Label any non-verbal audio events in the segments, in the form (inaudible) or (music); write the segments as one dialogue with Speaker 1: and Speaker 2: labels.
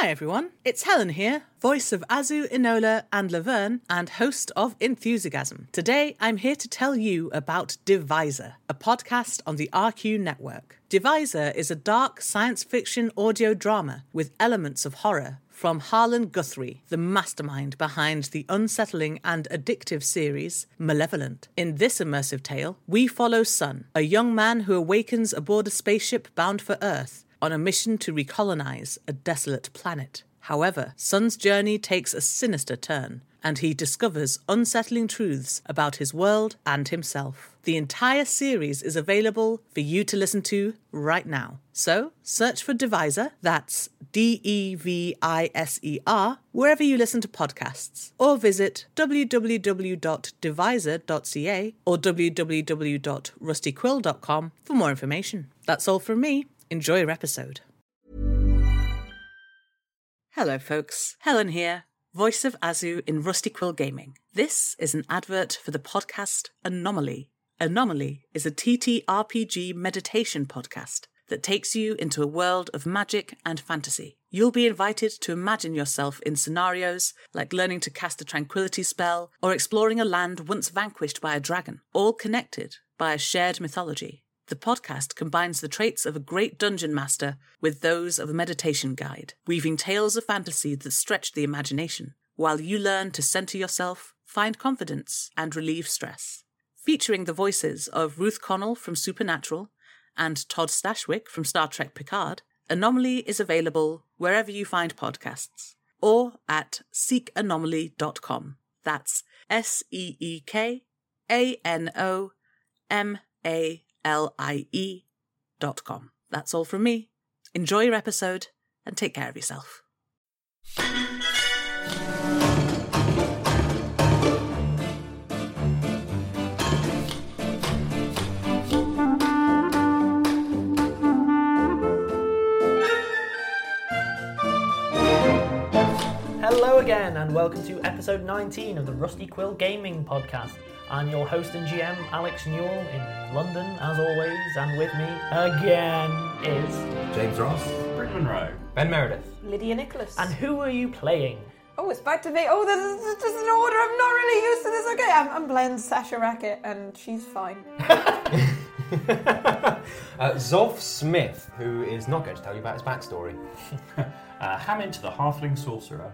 Speaker 1: Hi everyone, it's Helen here, voice of Azu, Inola, and Laverne, and host of Enthusiasm. Today I'm here to tell you about Divisor, a podcast on the RQ network. Divisor is a dark science fiction audio drama with elements of horror from Harlan Guthrie, the mastermind behind the unsettling and addictive series Malevolent. In this immersive tale, we follow Sun, a young man who awakens aboard a spaceship bound for Earth on a mission to recolonize a desolate planet. However, Sun's journey takes a sinister turn, and he discovers unsettling truths about his world and himself. The entire series is available for you to listen to right now. So, search for Divisor, that's D E V I S E R, wherever you listen to podcasts, or visit www.divisor.ca or www.rustyquill.com for more information. That's all from me. Enjoy your episode. Hello, folks. Helen here, voice of Azu in Rusty Quill Gaming. This is an advert for the podcast Anomaly. Anomaly is a TTRPG meditation podcast that takes you into a world of magic and fantasy. You'll be invited to imagine yourself in scenarios like learning to cast a tranquility spell or exploring a land once vanquished by a dragon, all connected by a shared mythology. The podcast combines the traits of a great dungeon master with those of a meditation guide, weaving tales of fantasy that stretch the imagination, while you learn to center yourself, find confidence, and relieve stress. Featuring the voices of Ruth Connell from Supernatural and Todd Stashwick from Star Trek Picard, Anomaly is available wherever you find podcasts or at seekanomaly.com. That's S E E K A N O M A L-I-E dot com. That's all from me. Enjoy your episode and take care of yourself.
Speaker 2: Hello again, and welcome to episode 19 of the Rusty Quill Gaming Podcast. I'm your host and GM, Alex Newell, in London, as always, and with me again is.
Speaker 3: James Ross.
Speaker 4: Bryn Monroe.
Speaker 5: Ben Meredith.
Speaker 6: Lydia Nicholas.
Speaker 2: And who are you playing?
Speaker 6: Oh, it's back to me. Oh, there's, there's just an order. I'm not really used to this. Okay, I'm, I'm playing Sasha Racket, and she's (laughs) fine.
Speaker 5: Uh, Zolf Smith, who is not going to tell you about his backstory.
Speaker 4: Uh, Hammond the Halfling Sorcerer.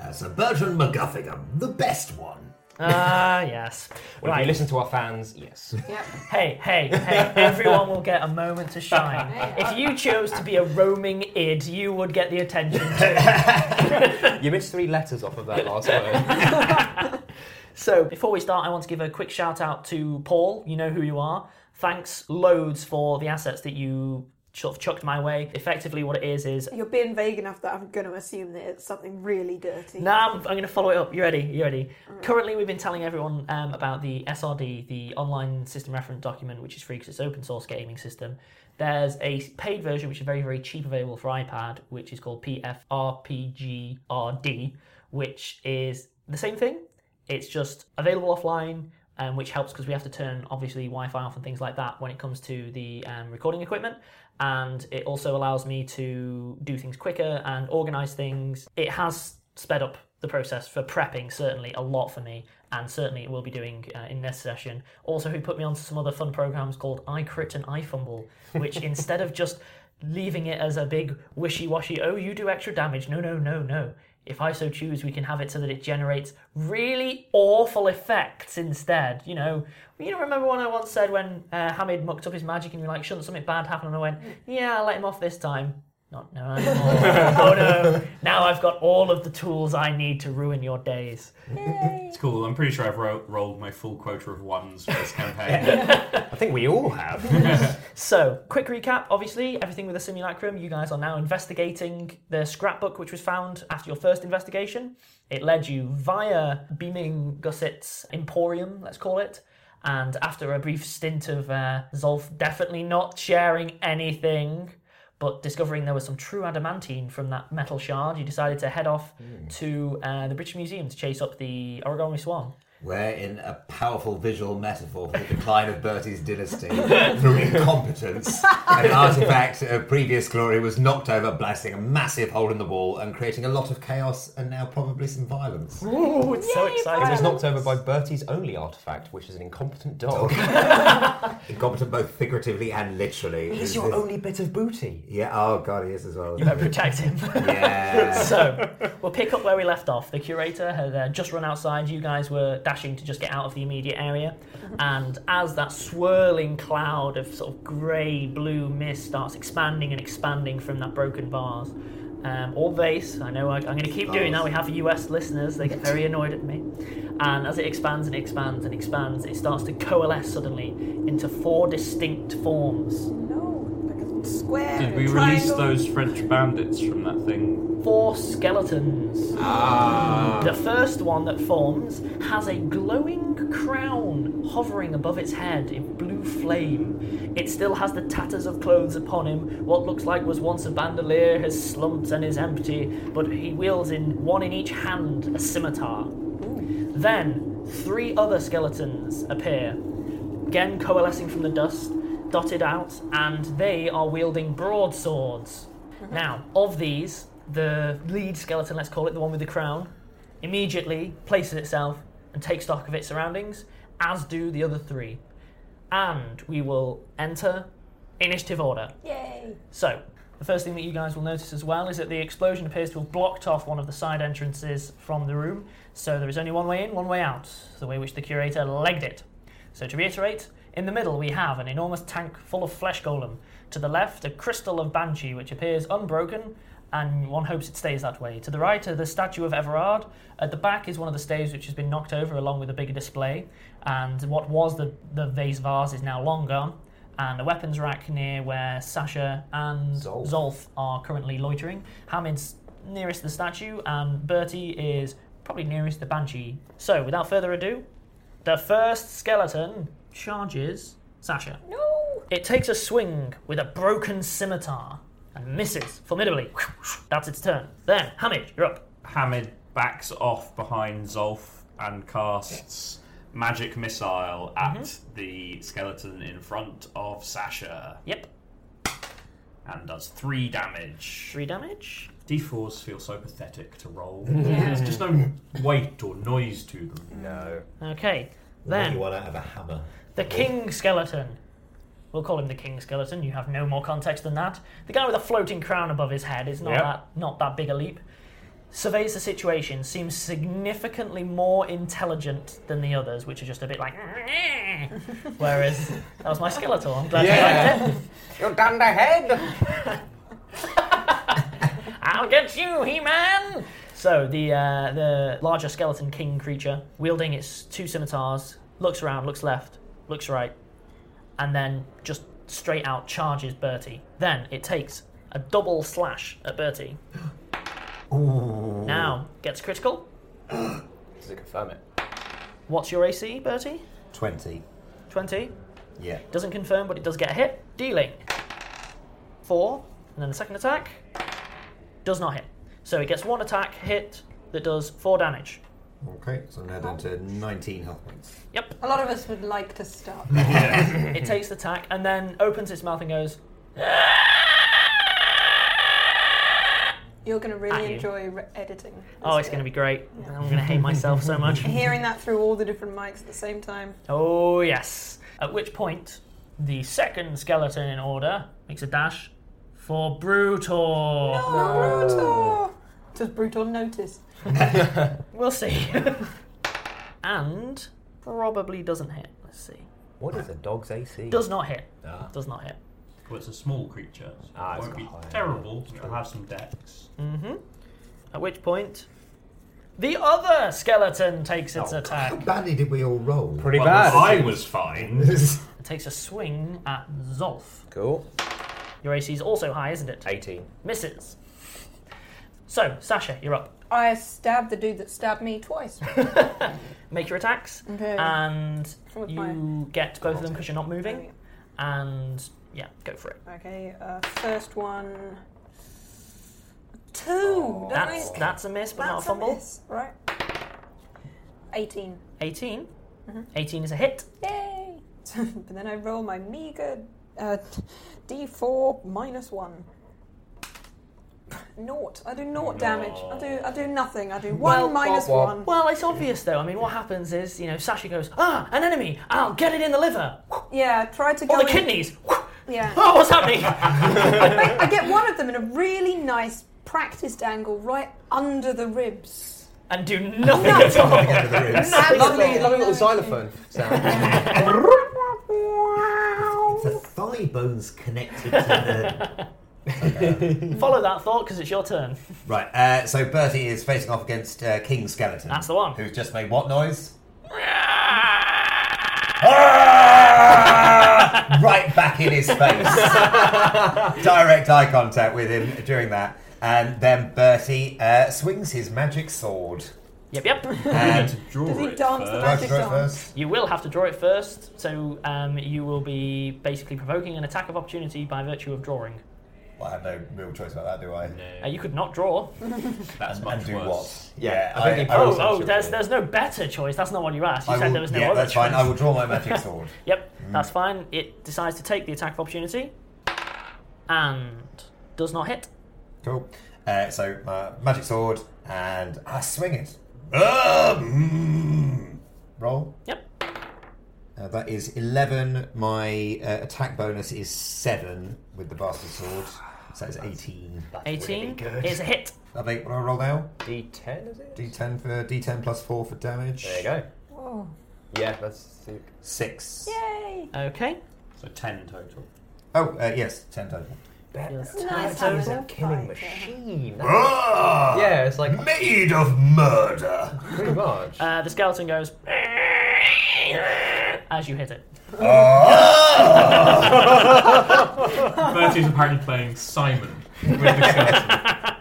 Speaker 3: Uh, Sir Bertrand McGuffigan, the best one.
Speaker 2: Ah, (laughs) yes.
Speaker 5: Well, if you
Speaker 2: Right.
Speaker 5: listen to our fans, yes.
Speaker 6: Yep.
Speaker 2: Hey, hey, hey, everyone will get a moment to shine. If you chose to be a roaming id, you would get the attention too.
Speaker 5: (laughs) you missed three letters off of that last word.
Speaker 2: So, before we start, I want to give a quick shout out to Paul. You know who you are. Thanks loads for the assets that you sort of chucked my way. Effectively, what it is is.
Speaker 6: You're being vague enough that I'm going to assume that it's something really dirty.
Speaker 2: Now I'm, I'm going to follow it up. You ready? You ready? Currently, we've been telling everyone um, about the SRD, the online system reference document, which is free because it's open source gaming system. There's a paid version, which is very, very cheap, available for iPad, which is called PFRPGRD, which is the same thing. It's just available offline, um, which helps because we have to turn obviously Wi-Fi off and things like that when it comes to the um, recording equipment. And it also allows me to do things quicker and organize things. It has sped up the process for prepping certainly a lot for me, and certainly it will be doing uh, in this session. Also, who put me onto some other fun programs called iCrit and iFumble, which instead of just leaving it as a big wishy-washy. Oh, you do extra damage. No, no, no, no. If I so choose, we can have it so that it generates really awful effects instead. You know, you know. Remember when I once said when uh, Hamid mucked up his magic and you were like, "Shouldn't something bad happen?" And I went, "Yeah, I'll let him off this time." Not no. anymore. (laughs) oh no! Now I've got all of the tools I need to ruin your days.
Speaker 4: It's cool. I'm pretty sure I've ro- rolled my full quota of ones for this
Speaker 2: (laughs)
Speaker 4: campaign.
Speaker 5: I think we all have.
Speaker 2: So, quick recap. Obviously, everything with the simulacrum. You guys are now investigating the scrapbook which was found after your first investigation. It led you via Beaming Gusset's Emporium, let's call it. And after a brief stint of uh, Zolf definitely not sharing anything, but discovering there was some true adamantine from that metal shard, you decided to head off to uh, the British Museum to chase up the origami swan.
Speaker 3: We're in a powerful visual metaphor for the decline of Bertie's dynasty through incompetence. An artifact of previous glory was knocked over, blasting a massive hole in the wall and creating a lot of chaos and now probably some violence.
Speaker 2: Oh, it's so
Speaker 5: It
Speaker 2: exciting!
Speaker 5: was knocked over by Bertie's only artifact, which is an incompetent dog.
Speaker 3: Incompetent both figuratively and literally.
Speaker 5: He's your only bit of booty.
Speaker 3: Yeah, oh god, he is as well.
Speaker 2: Better protect him.
Speaker 3: Yeah.
Speaker 5: (laughs)
Speaker 2: So, we'll pick up where we left off. The curator had uh, just run outside. You guys were dashing to just get out of the immediate area. And as that swirling cloud of sort of grey blue mist starts expanding and expanding from that broken bars, um, or vase, I know I, I'm going to keep doing that. We have US listeners, they get very annoyed at me. And as it expands and expands and expands, it starts to coalesce suddenly into four distinct forms.
Speaker 6: No, like a square.
Speaker 4: Did we
Speaker 6: triangle.
Speaker 4: release those French bandits from that thing?
Speaker 2: four skeletons. The first one that forms has a glowing crown hovering above its head in blue flame. It still has the tatters of clothes upon him. What looks like was once a bandolier has slumped and is empty, but he wields in one in each hand a scimitar. Then three other skeletons appear, again coalescing from the dust, dotted out, and they are wielding broadswords. Now, of these, the lead skeleton, let's call it the one with the crown, immediately places itself and takes stock of its surroundings, as do the other three. And we will enter initiative order.
Speaker 6: Yay!
Speaker 2: So, the first thing that you guys will notice as well is that the explosion appears to have blocked off one of the side entrances from the room, so there is only one way in, one way out, the way which the curator legged it. So, to reiterate, in the middle we have an enormous tank full of flesh golem. To the left, a crystal of banshee which appears unbroken, and one hopes it stays that way. To the right are the statue of Everard. At the back is one of the staves which has been knocked over along with a bigger display, and what was the, the vase vase is now long gone and a weapons rack near where Sasha and Zolf,
Speaker 5: Zolf.
Speaker 2: are currently loitering. Hamid's nearest the statue, and Bertie is probably nearest the banshee. So, without further ado, the first skeleton charges Sasha.
Speaker 6: No!
Speaker 2: It takes a swing with a broken scimitar and misses formidably. That's its turn. Then, Hamid, you're up.
Speaker 4: Hamid backs off behind Zolf and casts magic missile at
Speaker 2: Mm-hmm.
Speaker 4: the skeleton in front of Sasha
Speaker 2: Yep,
Speaker 4: and does three damage.
Speaker 2: three damage.
Speaker 4: D4s feel so pathetic
Speaker 2: (laughs)
Speaker 4: to roll. There's just no weight or noise to them.
Speaker 5: No.
Speaker 2: Okay,
Speaker 3: You
Speaker 2: then
Speaker 3: want to have a hammer.
Speaker 2: The King Skeleton. We'll call him the King Skeleton. You have no more context than that. The guy with a floating crown above his head is not
Speaker 4: Yep.
Speaker 2: that not that big a leap. Surveys the situation, seems significantly more intelligent than the others, which are just a bit like. (laughs) Whereas that was my skeleton. I'm glad you liked it.
Speaker 5: You're done the head!
Speaker 2: I'll get you, He-Man. So the uh, the larger skeleton king creature, wielding its two scimitars, looks around, looks left, looks right, and then just straight out charges Bertie. Then it takes a double slash at Bertie. Now gets critical.
Speaker 5: Does it confirm it?
Speaker 2: What's your AC, Bertie?
Speaker 3: 20.
Speaker 2: Twenty.
Speaker 3: Yeah.
Speaker 2: Doesn't confirm, but it does get a hit. Dealing four, and then the second attack does not hit. So it gets one attack hit that does four damage.
Speaker 3: Okay, so I'm now down to 19 health points.
Speaker 2: Yep.
Speaker 6: A lot of us would like
Speaker 2: (laughs)
Speaker 6: to stop.
Speaker 2: It takes the attack and then opens its mouth and goes,
Speaker 6: You're going to
Speaker 2: At
Speaker 6: really
Speaker 2: you.
Speaker 6: enjoy re- editing.
Speaker 2: "Oh, it's going to be great. I'm going to hate myself so much."
Speaker 6: (laughs) Hearing that through all the different mics at the same time.
Speaker 2: oh yes. At which point, the second skeleton in order makes a dash for Brutor.
Speaker 6: Oh, Brutal! Does Brutal notice?
Speaker 2: We'll see. (laughs) and probably doesn't hit. Let's see.
Speaker 5: What is a dog's AC?
Speaker 2: Does not hit.
Speaker 5: Ah.
Speaker 2: Does not hit.
Speaker 4: Well, it's a small creature, so
Speaker 5: Ah,
Speaker 4: it
Speaker 5: it's
Speaker 4: won't be
Speaker 5: got high-
Speaker 4: terrible. but It'll have some decks.
Speaker 2: At which point, the other skeleton takes its
Speaker 3: How
Speaker 2: attack.
Speaker 3: badly did we all roll?
Speaker 5: Pretty
Speaker 4: Well,
Speaker 5: bad.
Speaker 4: I was fine.
Speaker 2: It takes a swing at Zolf.
Speaker 5: Cool.
Speaker 2: Your AC is also high, isn't it?
Speaker 5: 18.
Speaker 2: Misses. So, Sasha, you're up.
Speaker 6: I stabbed the dude that stabbed
Speaker 2: (laughs)
Speaker 6: me twice.
Speaker 2: Make your attacks,
Speaker 6: Okay.
Speaker 2: and
Speaker 6: With
Speaker 2: you
Speaker 6: my-
Speaker 2: get both of them because you're not moving.
Speaker 6: Okay.
Speaker 2: And yeah, go for it.
Speaker 6: Okay, uh, first one. Two! Don't
Speaker 2: Oh, That's
Speaker 6: I-
Speaker 2: that's a miss, but not a
Speaker 6: that's
Speaker 2: fumble.
Speaker 6: miss, right? 18.
Speaker 2: 18.
Speaker 6: Mm-hmm.
Speaker 2: 18 is a hit.
Speaker 6: Yay! (laughs) but then I roll my meager uh, d4 minus 1. Naught. I do naught damage. I do I do nothing. I do 1
Speaker 2: Well,
Speaker 6: minus
Speaker 5: well,
Speaker 6: 1.
Speaker 2: Well, it's obvious though. I mean, what happens is, you know, Sasha goes, ah, an enemy. I'll get it in the liver
Speaker 6: yeah, try to go
Speaker 2: or the
Speaker 6: in-
Speaker 2: kidneys.
Speaker 6: Yeah.
Speaker 2: (laughs) Oh, what's
Speaker 6: (laughs)
Speaker 2: happening?
Speaker 6: I get one of them in a really nice practiced angle right under the ribs.
Speaker 2: and do nothing at all. (laughs)
Speaker 5: Lovely, lovely little xylophone sound.
Speaker 3: The thigh bones connected to the.
Speaker 2: Follow that thought because it's your turn.
Speaker 3: Right, uh, so Bertie is facing off against uh, King Skeleton.
Speaker 2: That's the one.
Speaker 3: Who's just made what noise? right back in his face. Direct eye contact with him during that. And then Bertie uh, swings his magic sword.
Speaker 2: Yep, yep.
Speaker 4: Had
Speaker 3: And
Speaker 4: to draw
Speaker 6: Does he
Speaker 4: it
Speaker 6: dance the
Speaker 4: first.
Speaker 6: magic
Speaker 3: Can I go
Speaker 6: dance?
Speaker 2: (laughs)
Speaker 3: first?
Speaker 2: you will have to draw it first, so um, you will be basically provoking an attack of opportunity by virtue of drawing.
Speaker 3: Well, I have no real choice about that, do I?
Speaker 2: Uh, you could not draw.
Speaker 3: Oh,
Speaker 4: That's much
Speaker 3: And do
Speaker 4: worse.
Speaker 3: what?
Speaker 5: Yeah, I
Speaker 3: I-
Speaker 5: think he
Speaker 3: I
Speaker 2: Oh,
Speaker 3: will-
Speaker 5: pulls
Speaker 2: oh, there's there's no better choice. That's not what you asked. You
Speaker 3: I
Speaker 2: said
Speaker 3: will-
Speaker 2: there was no
Speaker 3: yeah,
Speaker 2: other
Speaker 3: that's fine.
Speaker 2: choice.
Speaker 3: I Mm. will draw
Speaker 2: (laughs)
Speaker 3: my magic sword.
Speaker 2: Yep, that's fine. It decides to take the attack of opportunity and does not hit.
Speaker 3: Cool. Uh, so uh, magic sword, and I swing it. Um, roll.
Speaker 2: Yep.
Speaker 3: Uh, that is eleven. My uh, attack bonus is seven with the bastard sword, so that's eighteen.
Speaker 2: 18
Speaker 5: good.
Speaker 2: is a hit.
Speaker 3: Lovely. What do I roll now?
Speaker 5: D10, is it?
Speaker 3: D10 for D10 plus four for damage.
Speaker 5: There you go.
Speaker 6: Whoa.
Speaker 5: Yeah, let's see.
Speaker 3: Six.
Speaker 6: Yay!
Speaker 2: Okay.
Speaker 4: So ten total.
Speaker 3: Oh uh, yes, ten total.
Speaker 5: That's
Speaker 6: Nice
Speaker 5: is a
Speaker 6: apple pie.
Speaker 5: killing machine.
Speaker 3: Ah,
Speaker 5: Yeah, it's like
Speaker 3: Made of murder.
Speaker 5: pretty much.
Speaker 2: Uh, the skeleton
Speaker 3: (laughs)
Speaker 2: goes as you hit it.
Speaker 3: Ah!
Speaker 4: Bertie's apparently playing Simon with the skeleton.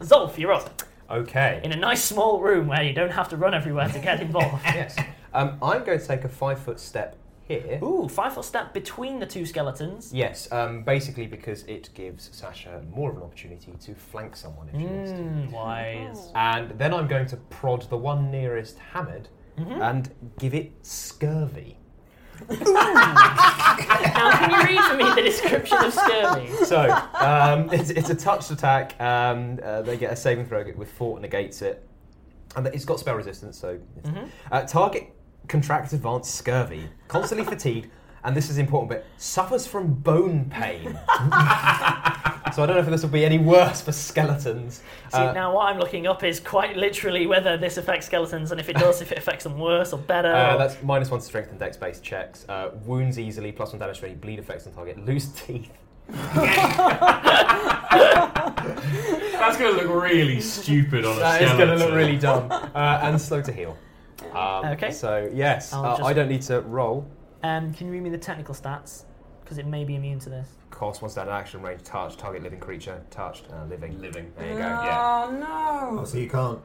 Speaker 2: Zolf, you're up
Speaker 5: Okay.
Speaker 2: in a nice small room where you don't have to run everywhere to get involved. (laughs)
Speaker 5: Yes. Um, I'm going to take a five foot step here.
Speaker 2: Ooh, five foot step between the two skeletons.
Speaker 5: Yes, um, basically because it gives Sasha more of an opportunity to flank someone if she wants to.
Speaker 2: Hmm,
Speaker 5: (laughs)
Speaker 2: wise.
Speaker 5: And then I'm going to prod the one nearest hammered
Speaker 2: Mm-hmm.
Speaker 5: and give it scurvy.
Speaker 2: Now, can you read for me the description of scurvy?
Speaker 5: So um, (laughs) it's, it's a touched attack. Um, uh, they get a saving throw with fort negates it, and it's got spell resistance. So uh, target contracts advanced scurvy, constantly fatigued, and this is important bit suffers from bone pain. (laughs) so I don't know if this will be any worse for skeletons.
Speaker 2: See, now what I'm looking up is quite literally whether this affects skeletons, and if it does, if it affects them worse or better.
Speaker 5: Uh, that's minus one to strength and dex based checks. Uh, wounds easily, plus one damage to any bleed effects on target. Lose teeth.
Speaker 4: That's going to look really stupid on
Speaker 5: (laughs)
Speaker 4: a
Speaker 5: That is
Speaker 4: skeleton.
Speaker 5: going to look really dumb. Uh, and slow to heal. Um,
Speaker 2: Okay.
Speaker 5: So, yes,
Speaker 2: I'll
Speaker 5: uh,
Speaker 2: just-
Speaker 5: I don't need to roll.
Speaker 2: Um, can you read me the technical stats? Because it may be immune to this.
Speaker 5: Cost one standard action range, touch, target living creature, touched, uh, living.
Speaker 4: Living.
Speaker 5: There you go.
Speaker 4: Yeah,
Speaker 6: Oh no!
Speaker 3: So you can't.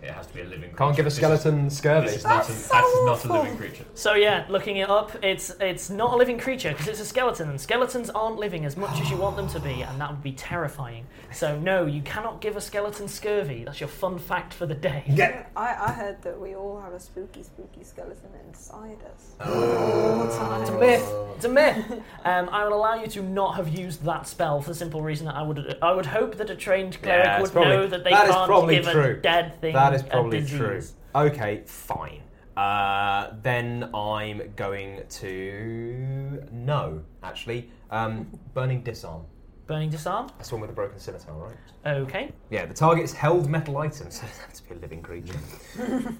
Speaker 4: it has to be a living. Creature.
Speaker 5: Can't give a
Speaker 4: This is-
Speaker 5: skeleton scurvy.
Speaker 4: This is not, a,
Speaker 6: That's
Speaker 4: that's
Speaker 6: so
Speaker 4: not a living
Speaker 6: awful.
Speaker 4: creature.
Speaker 2: So yeah, looking it up, it's it's not a living creature because it's a skeleton, and skeletons aren't living as much as you want them to be, and that would be terrifying. So no, you cannot give a skeleton scurvy. That's your fun fact for the day.
Speaker 3: Yeah.
Speaker 6: I, I heard that we all have a spooky, spooky skeleton inside us.
Speaker 2: It's a myth. It's a myth. Um, I will allow you to not have used that spell for the simple reason that I would I would hope that a trained cleric
Speaker 5: Yeah, it's
Speaker 2: would
Speaker 5: probably-
Speaker 2: know that they
Speaker 5: that is
Speaker 2: can't
Speaker 5: probably
Speaker 2: give a
Speaker 5: true.
Speaker 2: dead thing.
Speaker 5: That is
Speaker 2: a
Speaker 5: probably
Speaker 2: disease.
Speaker 5: true. Okay, fine. Uh, then I'm going to. No, actually. Um, burning Disarm.
Speaker 2: Burning disarm.
Speaker 5: That's the one with the broken scimitar, right?
Speaker 2: Okay.
Speaker 5: Yeah, the target's held metal item, so it (laughs) doesn't have to be a living
Speaker 2: (laughs)
Speaker 5: creature.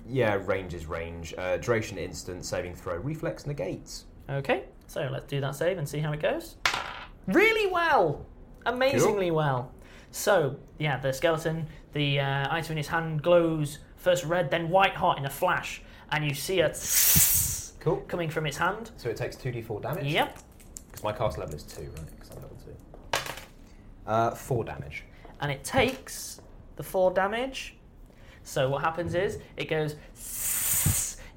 Speaker 5: yeah, range is range. Uh, duration instant, saving throw, reflex negates.
Speaker 2: Okay. So let's do that save and see how it goes. Really well. Amazingly well. So, yeah, the skeleton, the uh, item in his hand glows first red, then white hot in a flash, and you see a (laughs)
Speaker 5: Cool.
Speaker 2: coming from its hand.
Speaker 5: So it takes 2d4 damage?
Speaker 2: Yep.
Speaker 5: Because my cast level is 2, right? 'Cause I'm level 2. Uh, 4 damage.
Speaker 2: and it takes the four damage. So what happens is it goes.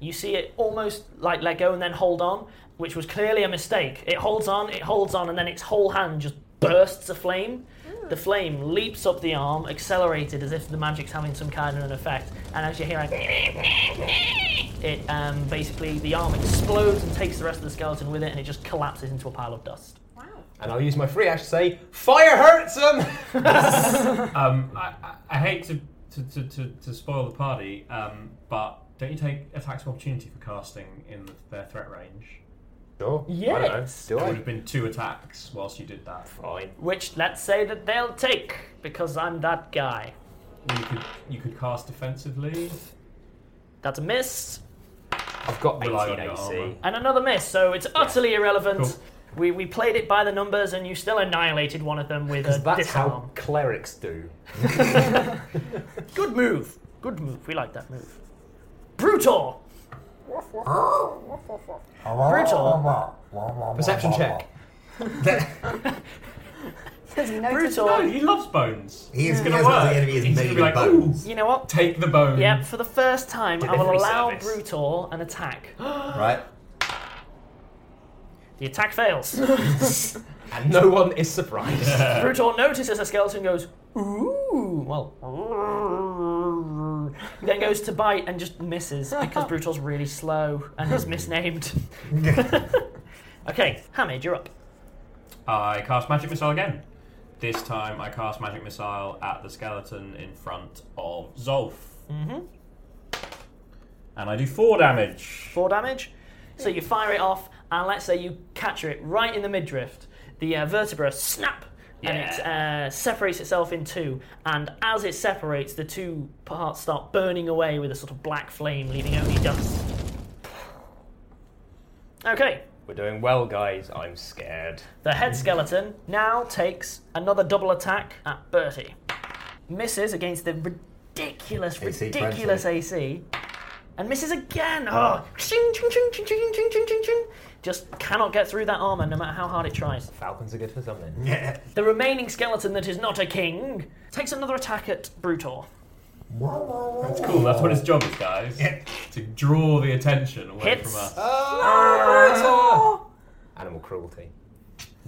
Speaker 2: You see it almost like let go and then hold on, which was clearly a mistake. It holds on, it holds on, and then its whole hand just bursts aflame. The flame leaps up the arm, accelerated as if the magic's having some kind of an effect. And as you hear it, it um, basically the arm explodes and takes the rest of the skeleton with it, and it just collapses into a pile of dust.
Speaker 5: And I'll use my free action to say, Fire hurts (laughs) him!
Speaker 4: Um, I, I, I hate to, to, to, to, to spoil the party, um, but don't you take attacks of opportunity for casting in their threat range?
Speaker 5: sure. I don't know.
Speaker 2: Yes.
Speaker 5: Do
Speaker 4: It would
Speaker 5: I?
Speaker 4: have been two attacks whilst you did that.
Speaker 5: Fine.
Speaker 2: Which let's say that they'll take because I'm that guy.
Speaker 4: You could you could cast defensively.
Speaker 2: That's a miss
Speaker 5: I've got 18
Speaker 4: Rely on your armor.
Speaker 5: AC.
Speaker 2: and another miss, so it's utterly irrelevant.
Speaker 4: Cool.
Speaker 2: We, we played it by the numbers, and you still annihilated one of them with a
Speaker 5: That's
Speaker 2: disarm.
Speaker 5: how clerics do.
Speaker 2: Good move. Good move. We like that move. Brutal. Brutal.
Speaker 5: Perception check.
Speaker 6: Does he notice
Speaker 4: No,
Speaker 2: Brutal.
Speaker 4: Oh, he loves bones.
Speaker 3: He is
Speaker 4: It's gonna
Speaker 3: because
Speaker 4: work.
Speaker 3: the enemy is
Speaker 4: He's
Speaker 3: made
Speaker 4: gonna
Speaker 3: of
Speaker 4: be like,
Speaker 3: bones.
Speaker 4: Ooh,
Speaker 2: You know what?
Speaker 4: take the bone.
Speaker 2: Yeah, for the first time, I will
Speaker 4: Delivery
Speaker 2: allow
Speaker 4: service.
Speaker 2: Brutal an attack.
Speaker 3: right?
Speaker 2: The attack
Speaker 4: (laughs)
Speaker 2: fails.
Speaker 5: And no one is (laughs) surprised.
Speaker 2: Brutal notices a skeleton goes, ooh, well, then goes to bite and just misses
Speaker 4: (laughs)
Speaker 2: because Brutal's really slow and is misnamed. (laughs) okay, Hamid, you're up.
Speaker 4: I cast magic missile again. This time I cast magic missile at the skeleton in front of Zolf. Mm-hmm. And I do four damage.
Speaker 2: Four damage. So you fire it off, and let's say you capture it right in the midriff. The uh, vertebra snap, and it uh, separates itself in two. And as it separates, the two parts start burning away with a sort of black flame, leaving only dust. Okay,
Speaker 5: We're doing well, guys. I'm scared.
Speaker 2: The head skeleton now takes another double attack at Bertie. Misses against the ridiculous,
Speaker 3: AC
Speaker 2: ridiculous
Speaker 3: 20.
Speaker 2: AC. And misses again. Oh, ching, ching, ching, ching, ching, ching, ching, ching, ching. Just cannot get through that armor no matter how hard it tries.
Speaker 5: Falcons are good for something.
Speaker 2: The remaining skeleton that is not a king takes another attack at Brutor.
Speaker 4: That's cool. That's what his job is, guys. To draw the attention away
Speaker 2: Hits.
Speaker 4: from us.
Speaker 3: Oh,
Speaker 5: Animal cruelty.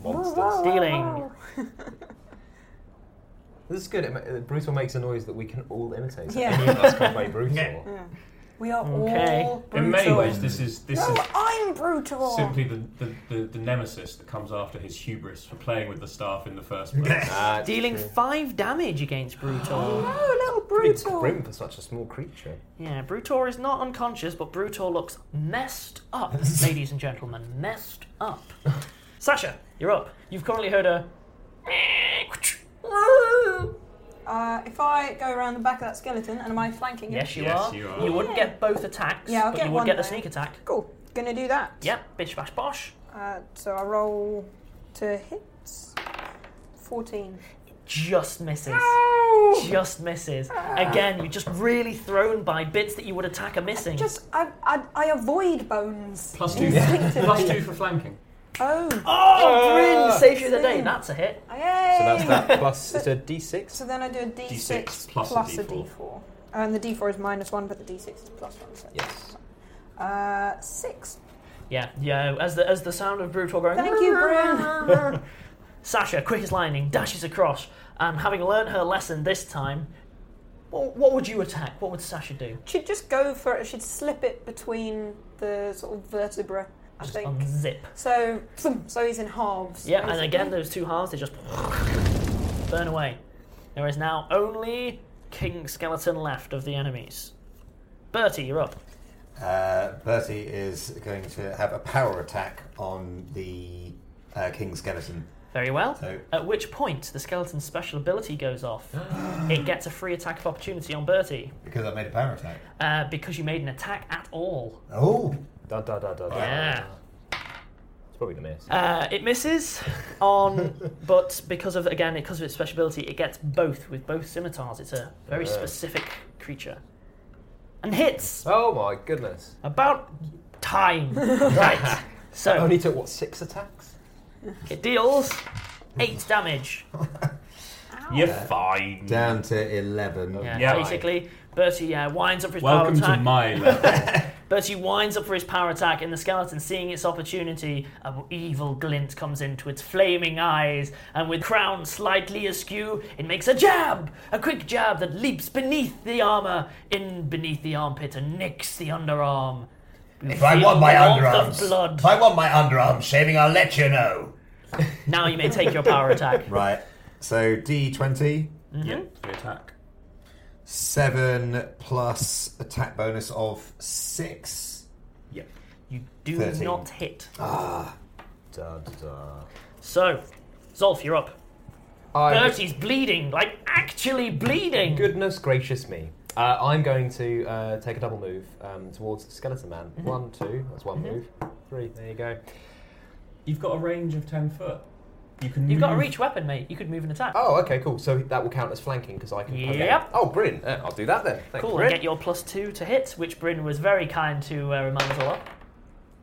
Speaker 5: Monsters.
Speaker 2: Dealing.
Speaker 5: This is good. It, ma- uh, brutal makes a noise that we can all imitate. So
Speaker 6: Yeah.
Speaker 5: Any of us can play brutal.
Speaker 6: We are
Speaker 2: Okay.
Speaker 6: all brutal.
Speaker 4: in many ways, this is this
Speaker 6: No,
Speaker 4: is
Speaker 6: I'm
Speaker 3: Oh.
Speaker 6: brutal.
Speaker 4: simply the, the, the, the nemesis that comes after his hubris for playing with the staff in the first place.
Speaker 5: Uh,
Speaker 2: Dealing five damage against Brutor.
Speaker 6: oh, little
Speaker 5: pretty
Speaker 6: brutal.
Speaker 5: grim for such a small creature.
Speaker 2: yeah, Brutor is not unconscious, but Brutor looks messed up, ladies and gentlemen. Messed up. Sasha, you're up. You've currently heard a
Speaker 6: Uh, if I go around the back of that skeleton, and am I flanking it?
Speaker 2: Yes, you,
Speaker 4: Yes,
Speaker 2: are.
Speaker 4: you are.
Speaker 2: wouldn't get both attacks,
Speaker 6: Yeah, I'll
Speaker 2: but
Speaker 6: get
Speaker 2: you would
Speaker 6: one
Speaker 2: get the
Speaker 6: though.
Speaker 2: sneak attack.
Speaker 6: Cool. Gonna do that.
Speaker 2: Yep, bish bash bosh.
Speaker 6: Uh, so I roll to hits. 14.
Speaker 2: Just misses. Just misses. Again, you're just really thrown by bits that you would attack are missing.
Speaker 6: Just, I, I, I avoid bones. (laughs)
Speaker 4: Plus Ah. two,
Speaker 6: Instinctively.
Speaker 4: plus two for flanking.
Speaker 6: Oh,
Speaker 2: oh, Bryn, saves you the day.
Speaker 6: Ah! Same.
Speaker 2: That's a hit.
Speaker 6: yay!
Speaker 5: So that's that plus it's a d6.
Speaker 6: So then I do a d6,
Speaker 4: D6 plus a
Speaker 6: plus a
Speaker 4: D4.
Speaker 6: d4. And the d4 is minus 1, but the d6 is plus 1. So.
Speaker 5: Yes.
Speaker 6: Uh, 6.
Speaker 2: Yeah, yeah. As the as the sound of Brutal going.
Speaker 6: Thank you, Bryn.
Speaker 2: (laughs) Sasha, quick as lightning, dashes across, and having learned her lesson this time, what, what would you attack? What would Sasha do?
Speaker 6: She'd just go for it. She'd slip it between the sort of vertebra, I
Speaker 2: Just
Speaker 6: think.
Speaker 2: unzip.
Speaker 6: so, thump, so he's in halves.
Speaker 2: Yeah, and
Speaker 6: basically.
Speaker 2: again, those two halves, they just (laughs) burn away. There is now only King Skeleton left of the enemies. Bertie, you're up.
Speaker 3: Uh, Bertie is going to have a power attack on the uh, King Skeleton
Speaker 2: Very well.
Speaker 3: So-
Speaker 2: At which point the skeleton's special ability goes off. it gets a free attack of opportunity on Bertie
Speaker 3: because I made a power attack.
Speaker 2: uh, because you made an attack at all.
Speaker 3: Oh,
Speaker 5: Da, da, da, da, da.
Speaker 2: Yeah.
Speaker 5: It's probably going to miss.
Speaker 2: Uh, it misses on, but because of again because of its special ability, it gets both with both scimitars. It's a very specific creature, and hits
Speaker 5: oh my goodness.
Speaker 2: about time. right. So
Speaker 5: Only took, what, six attacks?
Speaker 2: it deals eight damage.
Speaker 4: You're fine.
Speaker 3: down to eleven.
Speaker 2: Yeah.
Speaker 4: Yeah.
Speaker 2: basically, Bertie uh, winds up for his
Speaker 4: Welcome
Speaker 2: power attack.
Speaker 4: to my level.
Speaker 2: Bertie winds up for his power attack, and the skeleton, seeing its opportunity, an evil glint comes into its flaming eyes, and with crown slightly askew, it makes a jab, a quick jab that leaps beneath the armor, in beneath the armpit, and nicks the underarm. You
Speaker 3: If I
Speaker 2: feel
Speaker 3: want my
Speaker 2: the warmth
Speaker 3: underarms,
Speaker 2: of blood.
Speaker 3: if I want my underarm shaving, I'll let you know.
Speaker 2: Now you may take your power attack.
Speaker 3: Right. So D twenty
Speaker 4: yeah,
Speaker 2: Hmm?
Speaker 4: free attack.
Speaker 3: seven plus attack bonus of six.
Speaker 4: Yep.
Speaker 2: You do
Speaker 3: 13.
Speaker 2: not hit.
Speaker 3: Ah.
Speaker 5: Da, da, da.
Speaker 2: So, Zolf, you're up.
Speaker 5: I-
Speaker 2: Bertie's bleeding, like actually bleeding.
Speaker 5: Goodness gracious me. Uh, I'm going to uh, take a double move um, towards the Skeleton Man.
Speaker 2: Mm-hmm.
Speaker 5: One, two, that's one move. Three, there you go.
Speaker 4: You've got a range of ten foot. You can.
Speaker 2: You've got a
Speaker 4: move-
Speaker 2: reach weapon, mate. You could move and attack.
Speaker 5: Oh, okay, cool. So that will count as flanking because I can. okay.
Speaker 2: Yep.
Speaker 5: Oh, brilliant. Uh, I'll do that then. Thanks,
Speaker 2: Cool,
Speaker 5: Bryn.
Speaker 2: and get your plus two to hit, which Bryn was very kind to uh, remind us all of.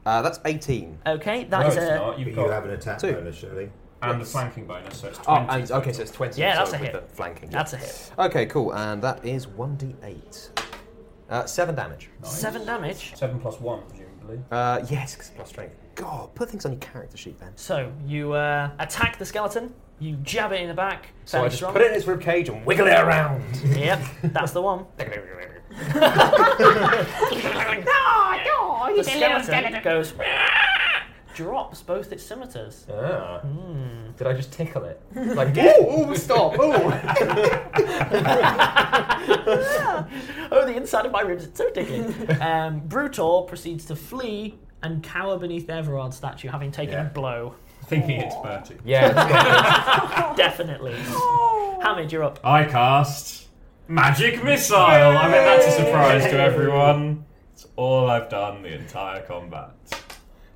Speaker 5: uh, that's 18.
Speaker 2: Okay,
Speaker 4: No,
Speaker 2: that
Speaker 4: it's
Speaker 2: is a.
Speaker 4: not. You've
Speaker 3: But
Speaker 4: got
Speaker 3: you have an attack
Speaker 5: Two.
Speaker 3: bonus, surely.
Speaker 4: and the flanking bonus, so it's
Speaker 5: Oh,
Speaker 4: twenty.
Speaker 5: and, okay, so it's 20.
Speaker 2: Yeah,
Speaker 5: so
Speaker 2: that's a
Speaker 5: with
Speaker 2: hit.
Speaker 5: the Flanking.
Speaker 2: That's a hit.
Speaker 5: Okay, cool. And that is 1d8. Uh, 7 damage.
Speaker 2: Seven damage.
Speaker 4: Seven plus one, presumably.
Speaker 5: Uh, yes, 'cause plus strength. God, put things on your character sheet, Ben.
Speaker 2: So you uh, attack the skeleton, you jab it in the back.
Speaker 5: So I
Speaker 2: very
Speaker 5: just
Speaker 2: strong.
Speaker 5: put it in its ribcage and wiggle it around.
Speaker 2: Yep, that's the one.
Speaker 6: Oh,
Speaker 2: (laughs) The skeleton goes. (laughs) Drops both its scimitars.
Speaker 5: Ah. Did I just tickle (laughs) it? Like, ooh, ooh, stop, ooh.
Speaker 2: Oh, the inside of my ribs, it's so tickling. um, Brutor proceeds to flee and cower beneath Everard's statue, having taken
Speaker 3: Yeah.
Speaker 2: a blow.
Speaker 4: Thinking it's Bertie.
Speaker 5: (laughs) Yeah, it's got-
Speaker 2: Definitely.
Speaker 6: Oh.
Speaker 2: Hamid, you're up.
Speaker 4: I cast magic missile. I mean that's a surprise to everyone. It's all I've done the entire combat.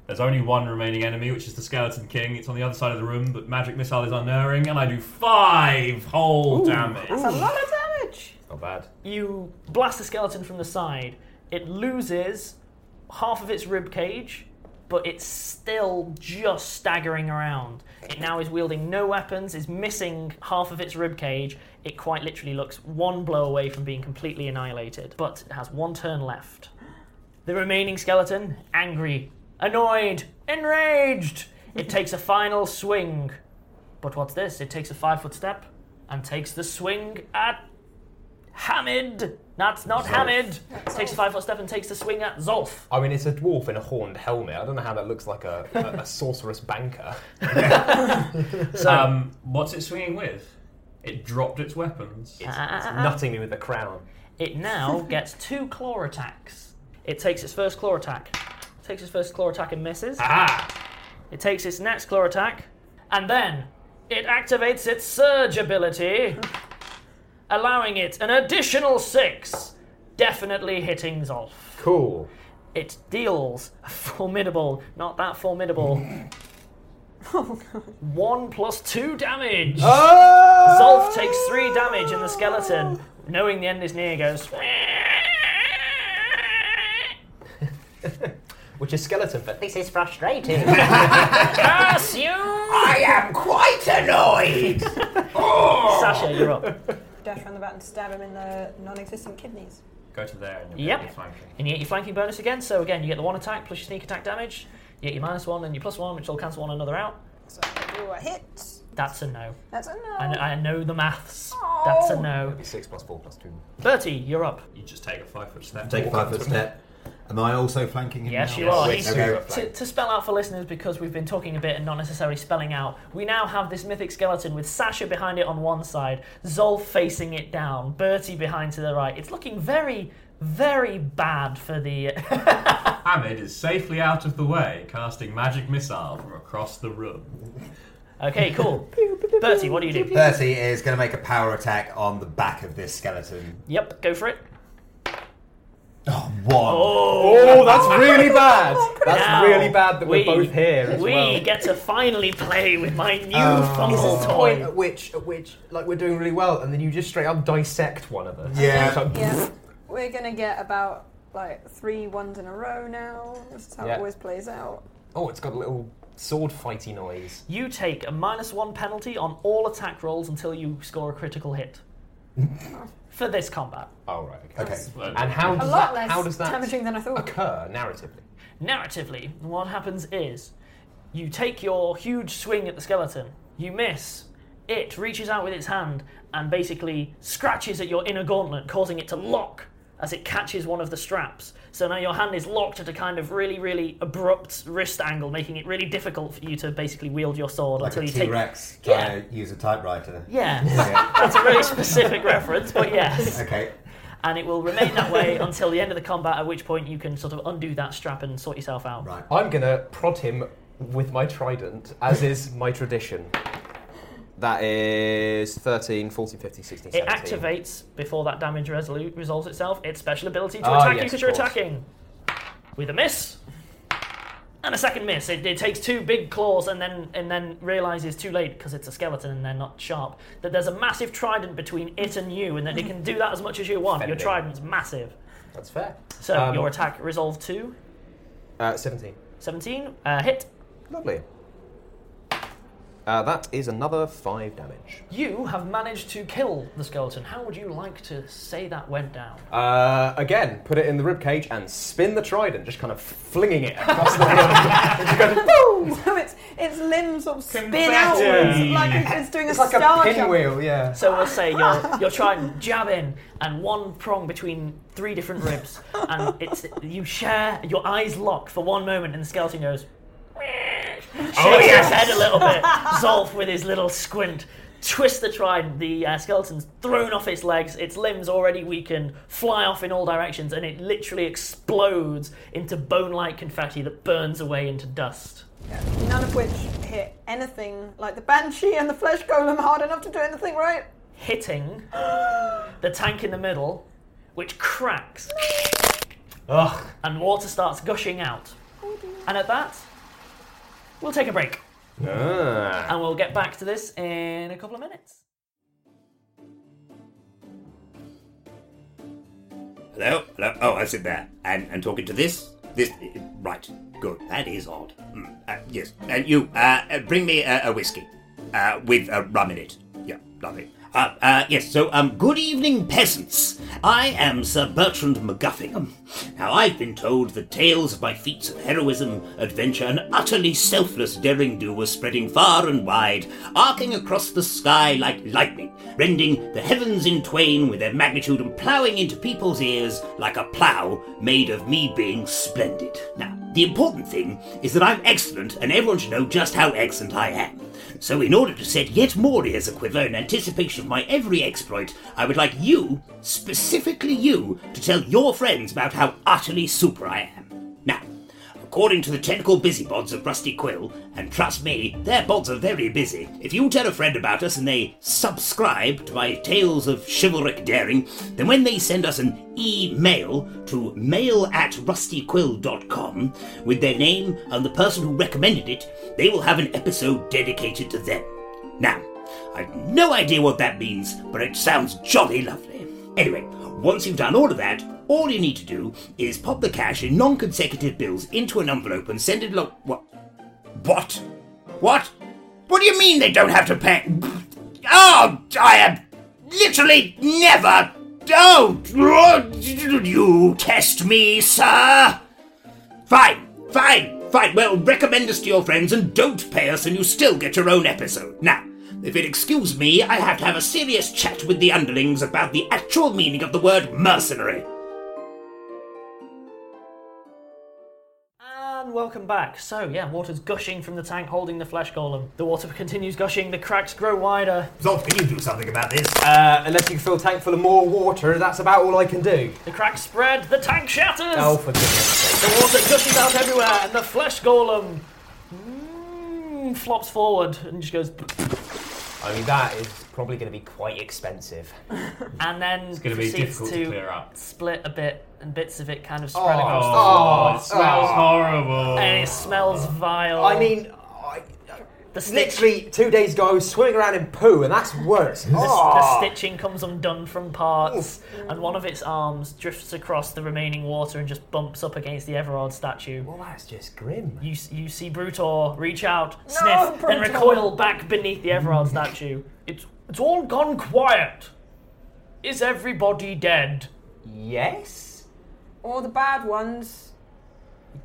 Speaker 4: There's only one remaining enemy, which is the Skeleton King. It's on the other side of the room, but magic missile is unerring, and I do five whole damage.
Speaker 6: a lot of damage.
Speaker 5: not bad.
Speaker 2: you blast the skeleton from the side. It loses half of its rib cage, but it's still just staggering around. It now is wielding no weapons, is missing half of its rib cage. It quite literally looks one blow away from being completely annihilated, but it has one turn left. The remaining skeleton, angry, annoyed, enraged, it takes a final swing. But what's this? It takes a five foot step and takes the swing at Hamid. That's not Hamid. Takes a five foot step and takes the swing at Zolf.
Speaker 5: I mean, it's a dwarf in a horned helmet. I don't know how that looks like a, a, a sorceress banker.
Speaker 4: Um, what's it swinging with? It dropped its weapons.
Speaker 5: It's nutting me with the crown.
Speaker 2: It now gets two claw attacks. It takes its first claw attack. Takes its first claw attack and misses.
Speaker 4: Ah!
Speaker 2: It takes its next claw attack. And then it activates its surge ability, allowing it an additional six, definitely hitting Zolf.
Speaker 5: Cool.
Speaker 2: It deals a formidable, not that formidable. One plus two damage. Zolf takes three damage, and the skeleton, knowing the end is near, goes.
Speaker 5: Which is skeleton, but
Speaker 7: This
Speaker 2: (laughs)
Speaker 7: is frustrating. Oh.
Speaker 2: Curse you!
Speaker 3: I am quite annoyed.
Speaker 2: Sasha, you're up.
Speaker 6: Dash around the bat and stab him in the non-existent kidneys.
Speaker 4: Go to there and you'll
Speaker 2: Yep.
Speaker 4: be flanking.
Speaker 2: And you get your flanking bonus again. So again, you get the one attack plus your sneak attack damage. You get your minus one and your plus one, which all cancel one another out.
Speaker 6: So do a hit.
Speaker 2: That's a no.
Speaker 6: That's a no.
Speaker 2: I
Speaker 7: Oh.
Speaker 2: know, I know the maths. That's a no.
Speaker 5: (laughs) six plus four plus two.
Speaker 2: Bertie, you're up.
Speaker 4: You just take a five foot step.
Speaker 3: Take a five foot step. Am I also flanking him?
Speaker 2: Yes,
Speaker 3: now?
Speaker 2: you are.
Speaker 3: Okay.
Speaker 2: He's To, to spell out for listeners, because we've been talking a bit and not necessarily spelling out, we now have this mythic skeleton with Sasha behind it on one side, Zolf facing it down, Bertie behind to the right. It's looking very, very bad for the. (laughs)
Speaker 4: Hamid is safely out of the way, casting magic missile from across the room.
Speaker 2: Okay,
Speaker 5: (laughs)
Speaker 2: cool. Bertie, what do you do?
Speaker 3: Bertie is going to make a power attack on the back of this skeleton.
Speaker 2: Yep, go for it.
Speaker 3: Oh, one.
Speaker 5: Oh, that's really bad. That's
Speaker 2: Now
Speaker 5: really bad that we're
Speaker 2: we-
Speaker 5: both here as
Speaker 2: we
Speaker 5: well.
Speaker 2: get to finally play with my new
Speaker 5: Is
Speaker 2: fumble
Speaker 5: this the point
Speaker 2: toy.
Speaker 5: at which, at which, like we're doing really well, and then you just straight up dissect one of us?
Speaker 3: Yeah.
Speaker 5: It's (laughs) like,
Speaker 6: Yeah, we're gonna get about like three ones in a row now. That's how
Speaker 5: Yeah.
Speaker 6: it always plays out.
Speaker 5: Oh, it's got a little sword fighty noise.
Speaker 2: You take a minus one penalty on all attack rolls until you score a critical
Speaker 5: (laughs)
Speaker 2: hit. For this combat.
Speaker 5: Oh right. Okay.
Speaker 3: Okay.
Speaker 5: And how
Speaker 6: A
Speaker 5: does
Speaker 6: lot
Speaker 5: that?
Speaker 6: less
Speaker 5: how does that
Speaker 6: damaging than I thought.
Speaker 5: occur narratively?
Speaker 2: Narratively, what happens is you take your huge swing at the skeleton, you miss, it reaches out with its hand and basically scratches at your inner gauntlet, causing it to lock as it catches one of the straps. So now your hand is locked at a kind of really, really abrupt wrist angle, making it really difficult for you to basically wield your sword
Speaker 3: Like
Speaker 2: until
Speaker 3: a
Speaker 2: you
Speaker 3: T
Speaker 2: take.
Speaker 3: Rex
Speaker 2: Yeah.
Speaker 3: trying to use a typewriter.
Speaker 2: Yeah,
Speaker 3: Yeah.
Speaker 2: (laughs) that's a really specific reference, but yes
Speaker 3: okay.
Speaker 2: and it will remain that way until the end of the combat, at which point you can sort of undo that strap and sort yourself out.
Speaker 3: Right.
Speaker 5: I'm gonna prod him with my trident, as is my tradition. That is 13, 14, 15, 16,
Speaker 2: It
Speaker 5: 17.
Speaker 2: activates before that damage resolu- resolves itself. Its special ability to
Speaker 5: Ah,
Speaker 2: attack you
Speaker 5: yes,
Speaker 2: because
Speaker 5: of
Speaker 2: you're
Speaker 5: course.
Speaker 2: attacking with a miss and a second miss. It, it takes two big claws and then and then realizes too late because it's a skeleton and they're not sharp that there's a massive trident between it and you, and that it can do that as much as you want. Your
Speaker 5: Defending.
Speaker 2: trident's massive,
Speaker 5: That's fair.
Speaker 2: so
Speaker 5: Um,
Speaker 2: your attack resolved to
Speaker 5: Uh, 17.
Speaker 2: 17 uh, hit.
Speaker 5: Lovely. Uh, that is another 5 damage.
Speaker 2: You have managed to kill the skeleton. How would you like to say that went down?
Speaker 5: Uh, again, put it in the ribcage and spin the trident, just kind of flinging it across the
Speaker 6: (laughs)
Speaker 5: room. Just go, (laughs) boom!
Speaker 6: So it's its limbs sort of spin
Speaker 4: Confetti.
Speaker 6: outwards, like it- it's doing
Speaker 5: It's
Speaker 6: a
Speaker 5: like a
Speaker 6: star jump.
Speaker 5: pinwheel,
Speaker 2: (laughs)
Speaker 5: yeah.
Speaker 2: So we'll say you're, you're trying to jab in, and one prong between three different ribs, and it's you share your eyes lock for one moment, and the skeleton goes, (laughs) shakes his head a little bit. Zolf with his little squint twists the trident. The uh, skeleton's thrown off its legs. Its limbs already weakened, fly off in all directions, and it literally explodes into bone-like confetti that burns away into dust.
Speaker 6: None of which hit anything. Like the banshee and the flesh golem hard enough to do anything, right?
Speaker 2: hitting the tank in the middle, which cracks. And water starts gushing out. And at that, we'll take a break.
Speaker 5: Ah.
Speaker 2: And we'll get back to this in a couple of minutes.
Speaker 7: Hello? Hello? Oh, I sit there. And and talking to this? This. Right. Good. That is odd. Hmm. Uh, yes. And you, uh, uh, bring me a, a whiskey. Uh, with uh, rum in it. Yeah, lovely. Uh, uh, yes, so, um, good evening, peasants. I am Sir Bertrand MacGuffin. Now, I've been told the tales of my feats of heroism, adventure, and utterly selfless daring do were spreading far and wide, arcing across the sky like lightning, rending the heavens in twain with their magnitude and ploughing into people's ears like a plough made of me being splendid. Now, the important thing is that I'm excellent, and everyone should know just how excellent I am. So, in order to set yet more ears a quiver in anticipation of my every exploit, I would like you, specifically you, to tell your friends about how utterly super I am. Now, according to the tentacle busybods of Rusty Quill, and trust me, their bods are very busy, if you tell a friend about us and they subscribe to my tales of chivalric daring, then when they send us an email to mail at rustyquill.com with their name and the person who recommended it, they will have an episode dedicated to them. Now, I've no idea what that means, but it sounds jolly lovely. Anyway, once you've done all of that, all you need to do is pop the cash in non consecutive bills into an envelope and send it along. What? What? What? What do you mean they don't have to pay? Oh, I am literally never. Oh, you test me, sir? Fine, fine, fine. Well, recommend us to your friends and don't pay us, and you still get your own episode. Now, if it excuse me, I have to have a serious chat with the underlings about the actual meaning of the word mercenary.
Speaker 2: And welcome back. So, yeah, water's gushing from the tank holding the flesh golem. The water continues gushing, the cracks grow wider.
Speaker 7: Zolf, can you do something about this?
Speaker 2: Oh,
Speaker 5: Uh, unless you can fill a tank full of more water, that's about all I can do.
Speaker 2: The cracks spread, the tank shatters!
Speaker 5: Oh, for goodness sake.
Speaker 2: The water gushes out everywhere, and the flesh golem thing mm, flops forward and just goes.
Speaker 5: I mean, that is probably going to be quite expensive.
Speaker 2: And then it's
Speaker 4: gonna be difficult to clear up.
Speaker 2: split a bit, and bits of it kind of spread across the
Speaker 4: Oh, it smells horrible.
Speaker 2: and it
Speaker 4: Oh.
Speaker 2: smells vile.
Speaker 5: I mean, I,
Speaker 2: the, stitch, the,
Speaker 5: literally two days ago, I was swimming around in poo, and that's worse.
Speaker 2: the
Speaker 5: Oh.
Speaker 2: stitching comes undone from parts, and one of its arms drifts across the remaining water and just bumps up against the Everard statue.
Speaker 5: Well, that's just grim.
Speaker 2: You, s- you see Brutor reach out, sniff, then
Speaker 6: Brutor!
Speaker 2: recoil back beneath the
Speaker 4: (laughs)
Speaker 2: Everard statue. It's, it's all gone quiet. Is everybody dead?
Speaker 5: Yes?
Speaker 6: Or the bad ones.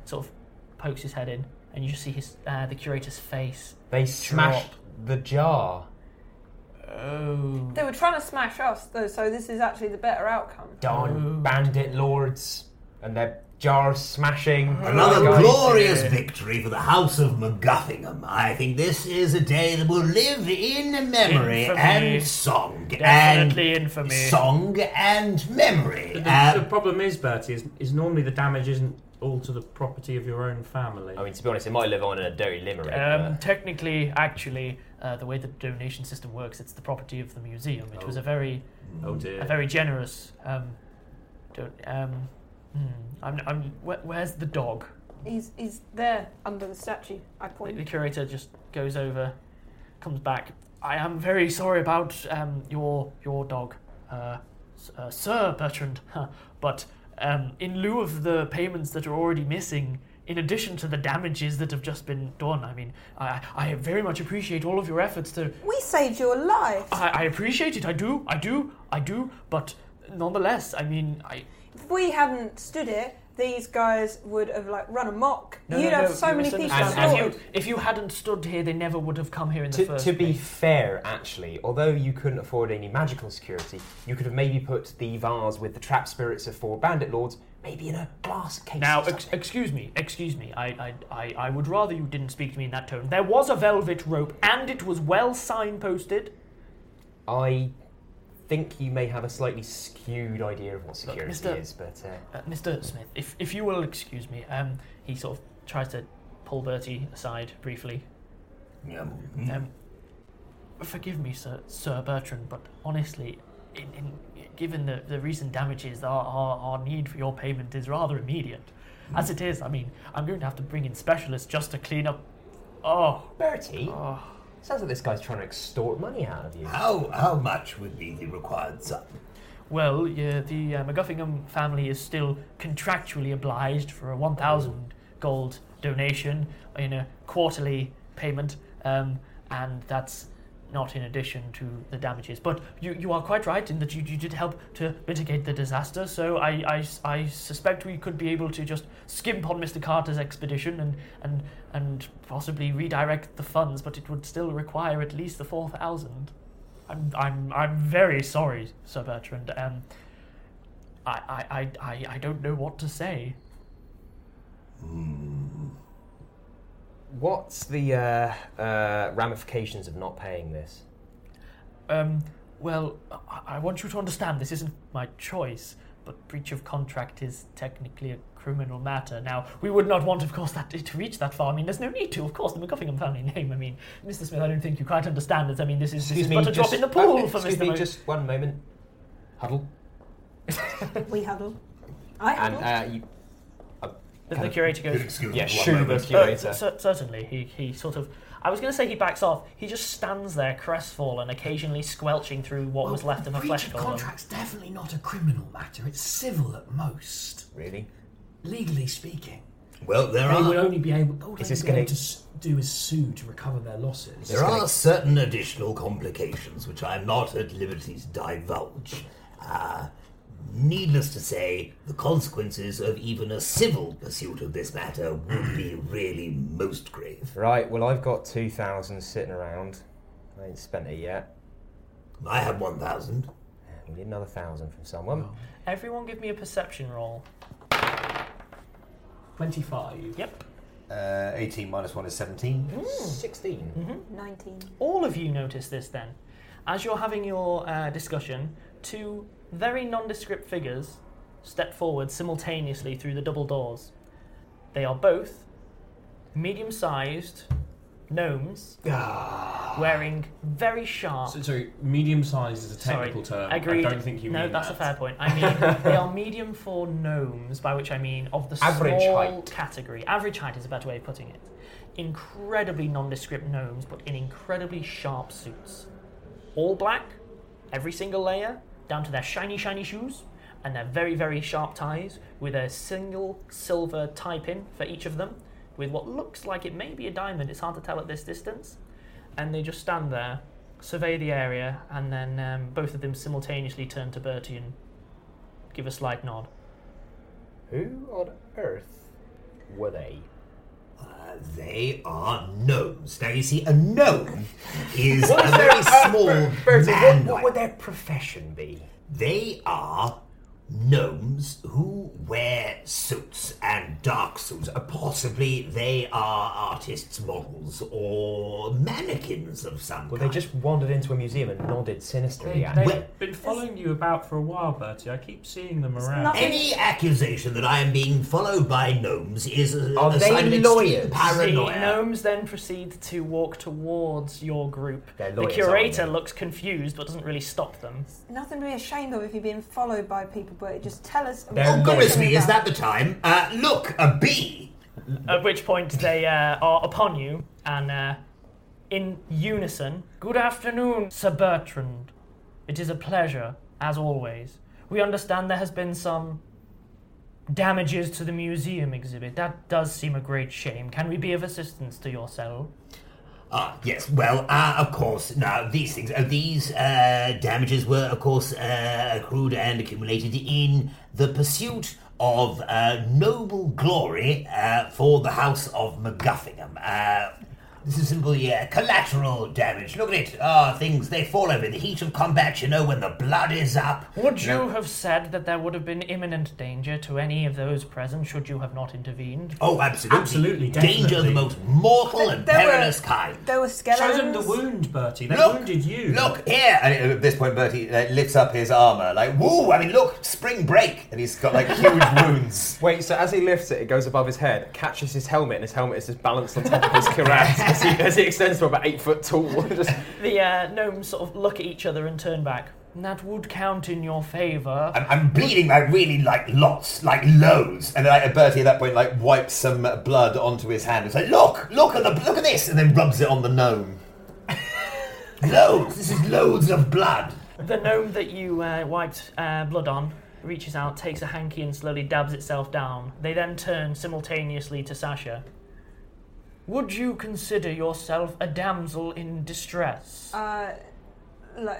Speaker 2: Sort of pokes his head in, and you just see his uh, the curator's face.
Speaker 5: They smashed the jar.
Speaker 2: Oh.
Speaker 6: They were trying to smash us, though, so this is actually the better outcome.
Speaker 5: Darn bandit lords and their jar smashing.
Speaker 3: Another
Speaker 5: Guys.
Speaker 3: glorious victory for the House of McGuffingham. I think this is a day that will live in memory
Speaker 2: Infamy.
Speaker 3: and song.
Speaker 2: Definitely
Speaker 3: and
Speaker 2: infamy.
Speaker 3: Song and memory.
Speaker 8: The,
Speaker 3: Uh,
Speaker 8: the problem is, Bertie, is, is normally the damage isn't all to the property of your own family.
Speaker 5: I mean, to be honest, it might live on in a dirty limerick.
Speaker 2: Um, technically, actually, uh, the way the donation system works, it's the property of the museum. It was a very,
Speaker 8: oh
Speaker 2: a
Speaker 8: dear.
Speaker 2: very generous. Um, don't, um, hmm, I'm, I'm, where, where's the dog?
Speaker 6: He's, he's there under the statue. I
Speaker 2: The
Speaker 6: point.
Speaker 2: curator just goes over, comes back. I am very sorry about um, your your dog, uh, s- uh, Sir Bertrand. (laughs) but um, in lieu of the payments that are already missing, in addition to the damages that have just been done, I mean, I, I very much appreciate all of your efforts to
Speaker 6: We saved your life.
Speaker 2: I, I appreciate it. I do. I do. I do. But nonetheless, I mean, I.
Speaker 6: If we hadn't stood it, these guys would have like run amok. You'd have so many people
Speaker 2: misunderstand.
Speaker 5: As-
Speaker 6: slaughtered.
Speaker 2: If you, if you hadn't stood here, they never would have come here in the
Speaker 5: To,
Speaker 2: first.
Speaker 5: to be
Speaker 2: place.
Speaker 5: fair, actually, although you couldn't afford any magical security, you could have maybe put the vase with the trap spirits of four bandit lords maybe in a glass case.
Speaker 2: Now,
Speaker 5: or
Speaker 2: ex-
Speaker 5: something.
Speaker 2: excuse me, excuse me. I, I, I, I would rather you didn't speak to me in that tone. There was a velvet rope, and it was well signposted.
Speaker 5: I think you may have a slightly skewed idea of what security
Speaker 2: Mr.
Speaker 5: is, but uh,
Speaker 2: Uh, Mr. Smith, if, if you will excuse me, um, he sort of tries to pull Bertie aside briefly. Um, forgive me, Sir, Sir Bertrand, but honestly, in, in, given the, the recent damages, our, our, our need for your payment is rather immediate. As it is, I mean, I'm going to have to bring in specialists just to clean up. Oh,
Speaker 5: Bertie,
Speaker 2: Ah.
Speaker 5: sounds like this guy's trying to extort money out of you.
Speaker 3: how, how much would be the required sum?
Speaker 2: well, yeah, the uh, McGuffingham family is still contractually obliged for a 1,000 gold donation in a quarterly payment, um, and that's not in addition to the damages. But you, you are quite right in that you, you did help to mitigate the disaster, so I, I s- I suspect we could be able to just skimp on Mr. Carter's expedition and, and, and possibly redirect the funds, but it would still require at least the 4,000. I'm, I'm, I'm very sorry, Sir Bertrand. Um, I, I, I, I, I don't know what to say.
Speaker 5: What's the uh, uh, ramifications of not paying this?
Speaker 2: Um, well, I, I want you to understand this isn't my choice, but breach of contract is technically a criminal matter. Now, we would not want, of course, that to reach that far. I mean, there's no need to, of course, the McGuffingham family name. I mean, Mr. Smith, I don't think you quite understand it. I mean, this is, this is but a drop in the pool
Speaker 5: uh,
Speaker 2: for
Speaker 5: excuse
Speaker 2: Mr.
Speaker 5: me,
Speaker 2: Mo-
Speaker 5: just one moment. Huddle.
Speaker 6: we huddle. I
Speaker 5: And
Speaker 6: huddle.
Speaker 5: uh, you,
Speaker 2: the, the curator goes,
Speaker 3: Excuse
Speaker 5: yeah,
Speaker 3: me.
Speaker 5: shoo the
Speaker 2: Uh,
Speaker 5: curator.
Speaker 2: cer- certainly, he, he sort of. I was going to say he backs off. He just stands there, crestfallen, occasionally squelching through what
Speaker 5: Oh,
Speaker 2: was left of a
Speaker 9: breach
Speaker 2: flesh
Speaker 9: of
Speaker 2: column.
Speaker 9: contract's definitely not a criminal matter. It's civil at most,
Speaker 5: Really?
Speaker 9: legally speaking.
Speaker 3: Well, there
Speaker 9: They would
Speaker 3: are,
Speaker 9: only be able. All
Speaker 5: this
Speaker 9: they'd be
Speaker 5: gonna-
Speaker 9: able to s- do is sue to recover their losses.
Speaker 3: there are certain additional complications which I'm not at liberty to divulge. Uh, needless to say, the consequences of even a civil pursuit of this matter would
Speaker 7: (clears throat)
Speaker 3: be really most grave.
Speaker 5: Right, well, I've got 2,000 sitting around. I ain't spent it yet.
Speaker 3: I have 1,000.
Speaker 5: We need another 1,000 from someone.
Speaker 2: Everyone give me a perception roll.
Speaker 9: Twenty-five.
Speaker 2: Yep.
Speaker 3: Uh, 18 minus 1 is 17.
Speaker 9: Oh.
Speaker 5: 16.
Speaker 2: Mm-hmm.
Speaker 6: 19.
Speaker 2: All of you notice this then. As you're having your uh, discussion, two very nondescript figures step forward simultaneously through the double doors. They are both medium sized, gnomes wearing very sharp.
Speaker 8: So, so medium sized is a
Speaker 2: Sorry,
Speaker 8: technical term.
Speaker 2: agreed.
Speaker 8: I don't think you
Speaker 2: no,
Speaker 8: mean
Speaker 2: that's
Speaker 8: that.
Speaker 2: a fair point. I mean, they are medium for gnomes, by which I mean of the
Speaker 5: Average
Speaker 2: small
Speaker 5: height.
Speaker 2: category. Average height is a better way of putting it. Incredibly nondescript gnomes, but in incredibly sharp suits. All black, every single layer, down to their shiny, shiny shoes, and their very, very sharp ties, with a single silver tie pin for each of them, with what looks like it may be a diamond. It's hard to tell at this distance. And they just stand there, survey the area, and then um, both of them simultaneously turn to Bertie and give a slight nod.
Speaker 5: Who on earth were they?
Speaker 3: Uh, They are gnomes. Now you see, a gnome is a very small man.
Speaker 5: what, would their profession be?
Speaker 3: They are gnomes who wear suits and dark suits. Uh, Possibly they are artists' models or mannequins of some
Speaker 5: Well, they
Speaker 3: kind.
Speaker 5: just wandered into a museum and nodded sinisterly at me.
Speaker 8: They've been following you about for a while, Bertie. I keep seeing them around.
Speaker 6: nothing-
Speaker 3: Any accusation that I am being followed by gnomes is a,
Speaker 5: Are
Speaker 3: a
Speaker 5: they
Speaker 3: sign of
Speaker 5: lawyers?
Speaker 3: extreme paranoia.
Speaker 2: The gnomes then proceed to walk towards your group.
Speaker 5: They're
Speaker 2: the
Speaker 5: lawyers,
Speaker 2: curator
Speaker 5: aren't they?
Speaker 2: looks confused but doesn't really stop them.
Speaker 6: Nothing to be ashamed of if you're being followed by people, but just tell us.
Speaker 3: Oh,
Speaker 5: They're
Speaker 3: goodness
Speaker 5: lawyers.
Speaker 3: me, is that the time? Uh, look, a bee!
Speaker 2: At which point they uh, are upon you and uh, in unison, Good afternoon, Sir Bertrand. It is a pleasure, as always. We understand there has been some damages to the museum exhibit. That does seem a great shame. Can we be of assistance to yourself?
Speaker 3: Ah, yes. Well, uh, of course. Now, these things, uh, these uh, damages were, of course, uh, accrued and accumulated in the pursuit of uh, noble glory uh, for the House of MacGuffingham. Uh, this is simply uh, collateral damage. Look at it. Ah, things, they fall over in the heat of combat, you know, when the blood is up.
Speaker 2: Would you have said that there would have been imminent danger to any of those present should you have not intervened?
Speaker 3: Oh, absolutely.
Speaker 8: Absolutely,
Speaker 3: Danger of the
Speaker 8: definitely.
Speaker 3: most mortal and
Speaker 6: there were-
Speaker 3: perilous kind.
Speaker 6: There were
Speaker 8: Show
Speaker 6: skeletons.
Speaker 8: them the wound, Bertie. They
Speaker 3: Look,
Speaker 8: wounded you.
Speaker 3: Look here! And at this point, Bertie like, lifts up his armor, like, "Woo!" I mean, look, spring break, and he's got like huge wounds.
Speaker 5: Wait, so as he lifts it, it goes above his head, catches his helmet, and his helmet is just balanced on top of his
Speaker 2: (laughs)
Speaker 5: cuirass as he, as he extends to about eight foot tall. (laughs) just,
Speaker 2: The uh, gnomes sort of look at each other and turn back. That would count in your favour.
Speaker 3: I'm, I'm bleeding like really like lots, like loads. And then like, Bertie at that point like wipes some blood onto his hand. It's like, "Look, look at the look at this," and then rubs it on the gnome. loads. This is loads of blood.
Speaker 2: The gnome that you uh, wiped uh, blood on reaches out, takes a hanky, and slowly dabs itself down. They then turn simultaneously to Sasha. Would you consider yourself a damsel in distress?
Speaker 6: Like, n-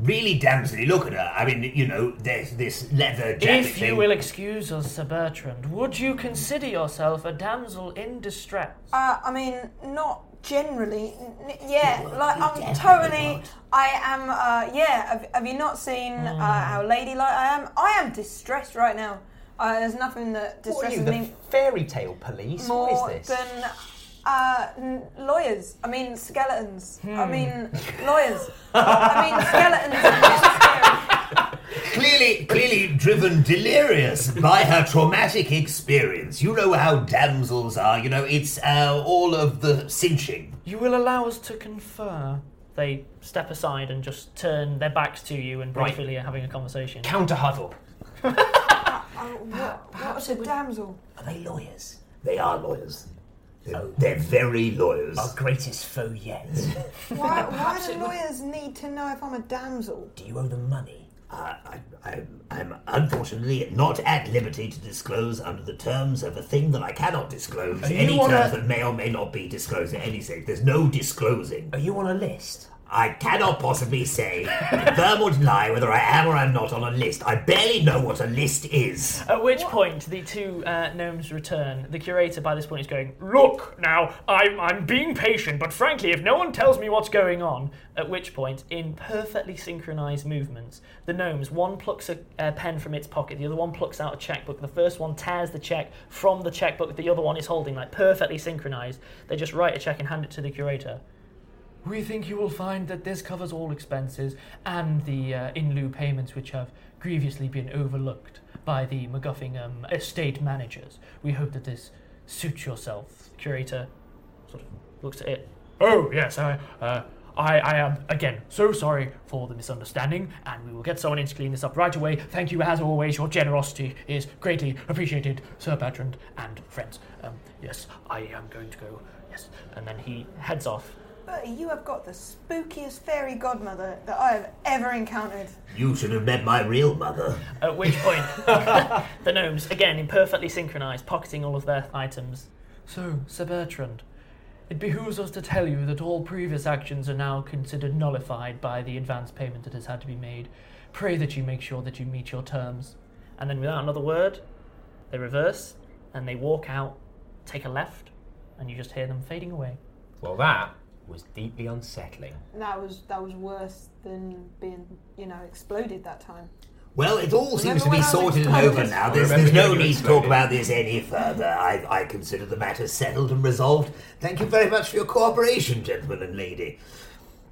Speaker 3: Really damsel, look at her. I mean, you know, there's this leather jacket
Speaker 2: if you
Speaker 3: thing.
Speaker 2: will excuse us, Sir Bertrand, would you consider yourself a damsel in distress?
Speaker 6: uh, I mean, not generally. N- n- yeah,
Speaker 3: You
Speaker 6: like
Speaker 3: were, you
Speaker 6: I'm
Speaker 3: definitely
Speaker 6: totally.
Speaker 3: were.
Speaker 6: I am. Uh, yeah. Have, have you not seen uh,
Speaker 5: Mm.
Speaker 6: how ladylike I am? I am distressed right now. Uh, there's nothing that
Speaker 5: what are you,
Speaker 6: distresses
Speaker 5: the
Speaker 6: me
Speaker 5: fairy tale police?
Speaker 6: more
Speaker 5: what is this?
Speaker 6: than uh, n- lawyers. I mean, skeletons. I
Speaker 5: Hmm.
Speaker 6: mean, lawyers. I mean, skeletons. are scary.
Speaker 3: Clearly, clearly driven delirious by her traumatic experience. You know how damsels are. You know it's uh, all of the cinching.
Speaker 2: You will allow us to confer. They step aside and just turn their backs to you and
Speaker 5: Right.
Speaker 2: briefly are having a conversation.
Speaker 5: Counter huddle.
Speaker 6: Oh, What, what's a damsel?
Speaker 5: (laughs)
Speaker 3: Are they lawyers? They are lawyers. They're, they're very lawyers.
Speaker 9: Greatest foe yet.
Speaker 6: Why, why do lawyers need to know if I'm a damsel?
Speaker 9: Do you owe them money?
Speaker 3: Uh, I, I'm, I'm unfortunately not at liberty to disclose under the terms of a thing that I cannot disclose. any
Speaker 9: wanna-
Speaker 3: terms that may or may not be disclosed at any stage. There's no disclosing.
Speaker 9: Are you on a list?
Speaker 3: I cannot possibly say, confirm or deny whether I am or am not on a list. I barely know what a list is.
Speaker 2: At which point the two uh, gnomes return. The curator by this point is going, Look, now, I'm, I'm being patient, but frankly, if no one tells me what's going on. At which point, in perfectly synchronized movements, the gnomes, one plucks a, a pen from its pocket, the other one plucks out a checkbook, the first one tears the check from the checkbook that the other one is holding, like perfectly synchronized. They just write a check and hand it to the curator. We think you will find that this covers all expenses and the uh, in lieu payments which have grievously been overlooked by the um, MacGuffingham estate managers. We hope that this suits yourself, curator. Sort of looks at it.
Speaker 10: Oh, yes, I, uh, I, I am, again, so sorry for the misunderstanding, and we will get someone in to clean this up right away. Thank you, as always. Your generosity is greatly appreciated, Sir Bertrand and friends. Um, yes, I am going to go. Yes.
Speaker 2: And then he heads off.
Speaker 6: Bertie, you have got the spookiest fairy godmother that I have ever encountered.
Speaker 7: You should have met my real mother.
Speaker 2: At which point, (laughs) the gnomes, again, imperfectly synchronized, pocketing all of their items.
Speaker 10: So, Sir Bertrand, it behooves us to tell you that all previous actions are now considered nullified by the advance payment that has had to be made. Pray that you make sure that you meet your terms.
Speaker 2: And then, without another word, they reverse and they walk out, take a left, and you just hear them
Speaker 10: (laughs)
Speaker 2: fading away.
Speaker 5: Well, that was deeply unsettling.
Speaker 6: That was that was worse than being, you know, exploded that time.
Speaker 7: Well, it all seems to
Speaker 6: when I
Speaker 7: be
Speaker 6: was
Speaker 7: sorted and
Speaker 6: exploded?
Speaker 7: over now. There's,
Speaker 6: Remember
Speaker 7: there's no
Speaker 6: when you
Speaker 7: need to talk about this any further. I, I consider the matter settled and resolved. Thank you very much for your cooperation, gentlemen and lady.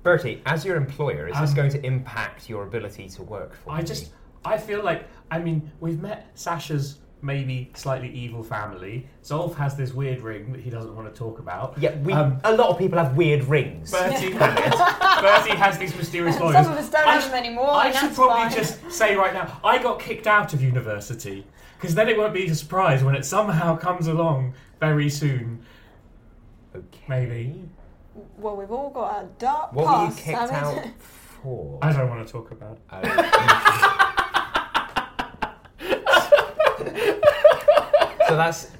Speaker 5: Bertie, as your employer, is this
Speaker 10: Um,
Speaker 5: going to impact your ability to work for
Speaker 4: I
Speaker 5: me?
Speaker 4: just, I feel like, I mean, we've met Sasha's maybe slightly evil family. Zolf has this weird ring that he doesn't want to talk about.
Speaker 5: Yeah, we,
Speaker 4: Um,
Speaker 5: a lot of people have weird rings. (laughs)
Speaker 4: Bertie, Bertie has these mysterious lawyers.
Speaker 6: Some of us don't
Speaker 4: I
Speaker 6: have
Speaker 4: sh-
Speaker 6: them anymore.
Speaker 4: I
Speaker 6: and
Speaker 4: should
Speaker 6: that's
Speaker 4: probably
Speaker 6: fine.
Speaker 4: just say right now, I got kicked out of university because then it won't be a surprise when it somehow comes along very soon.
Speaker 5: Okay.
Speaker 4: Maybe.
Speaker 6: Well, we've all got our dark
Speaker 4: What were you
Speaker 6: past.
Speaker 4: kicked
Speaker 6: I mean,
Speaker 4: out
Speaker 5: for?
Speaker 4: I don't want to talk about.
Speaker 5: (laughs) Uh, So that's.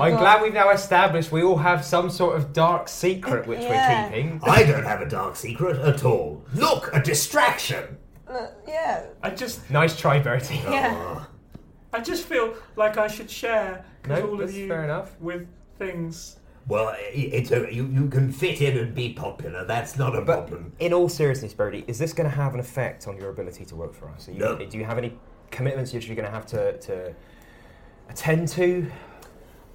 Speaker 5: I'm glad we've now established we all have some sort of dark secret which
Speaker 6: Yeah.
Speaker 5: we're keeping.
Speaker 7: I don't have a dark secret at all. Look, a distraction.
Speaker 6: Look, (laughs) yeah,
Speaker 4: I just.
Speaker 5: Nice try, Bertie.
Speaker 6: yeah.
Speaker 4: I just feel like I should share 'cause
Speaker 5: No,
Speaker 4: all of
Speaker 5: that's
Speaker 4: you
Speaker 5: fair enough.
Speaker 4: with things.
Speaker 7: Well, i- it's a, you, you can fit in and be popular. That's not a problem.
Speaker 5: (laughs) In all seriousness, Bertie, is this going to have an effect on your ability to work for us? Are you,
Speaker 7: No.
Speaker 5: Do you have any commitments you're going to have to, to attend to?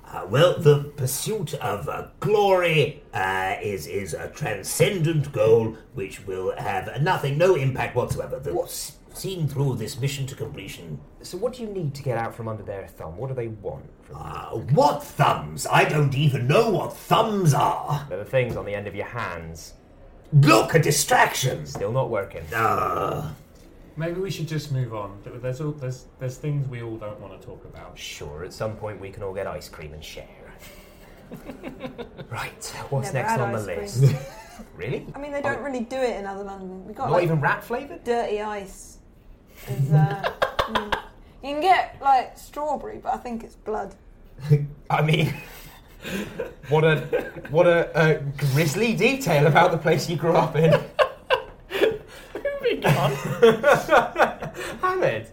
Speaker 7: Uh, well, the pursuit of uh, glory uh, is is a transcendent goal which will have nothing, no impact whatsoever. The, s- Seen through this mission to completion.
Speaker 5: So, what do you need to get out from under their thumb? What do they want from
Speaker 7: Uh, what thumbs? I don't even know what thumbs are.
Speaker 5: They're the things on the end of your hands.
Speaker 7: Look, a distraction.
Speaker 5: Still not working.
Speaker 7: Uh,
Speaker 4: Maybe we should just move on. There- There's all, there's there's things we all don't want to talk about.
Speaker 5: Sure, at some point we can all get ice cream and (laughs) share. right, what's
Speaker 6: Never
Speaker 5: next
Speaker 6: had
Speaker 5: on the
Speaker 6: ice
Speaker 5: list? (laughs) really?
Speaker 6: I mean, they don't really do it in other London. We got
Speaker 5: Not
Speaker 6: like,
Speaker 5: even rat flavoured?
Speaker 6: dirty ice. Is, uh, (laughs) mm. you can get like strawberry, but I think it's blood.
Speaker 5: (laughs) I mean, what a what a, uh grisly detail about the place you grew up (laughs) in.
Speaker 2: Moving
Speaker 5: (laughs)
Speaker 2: on.
Speaker 5: Hamid,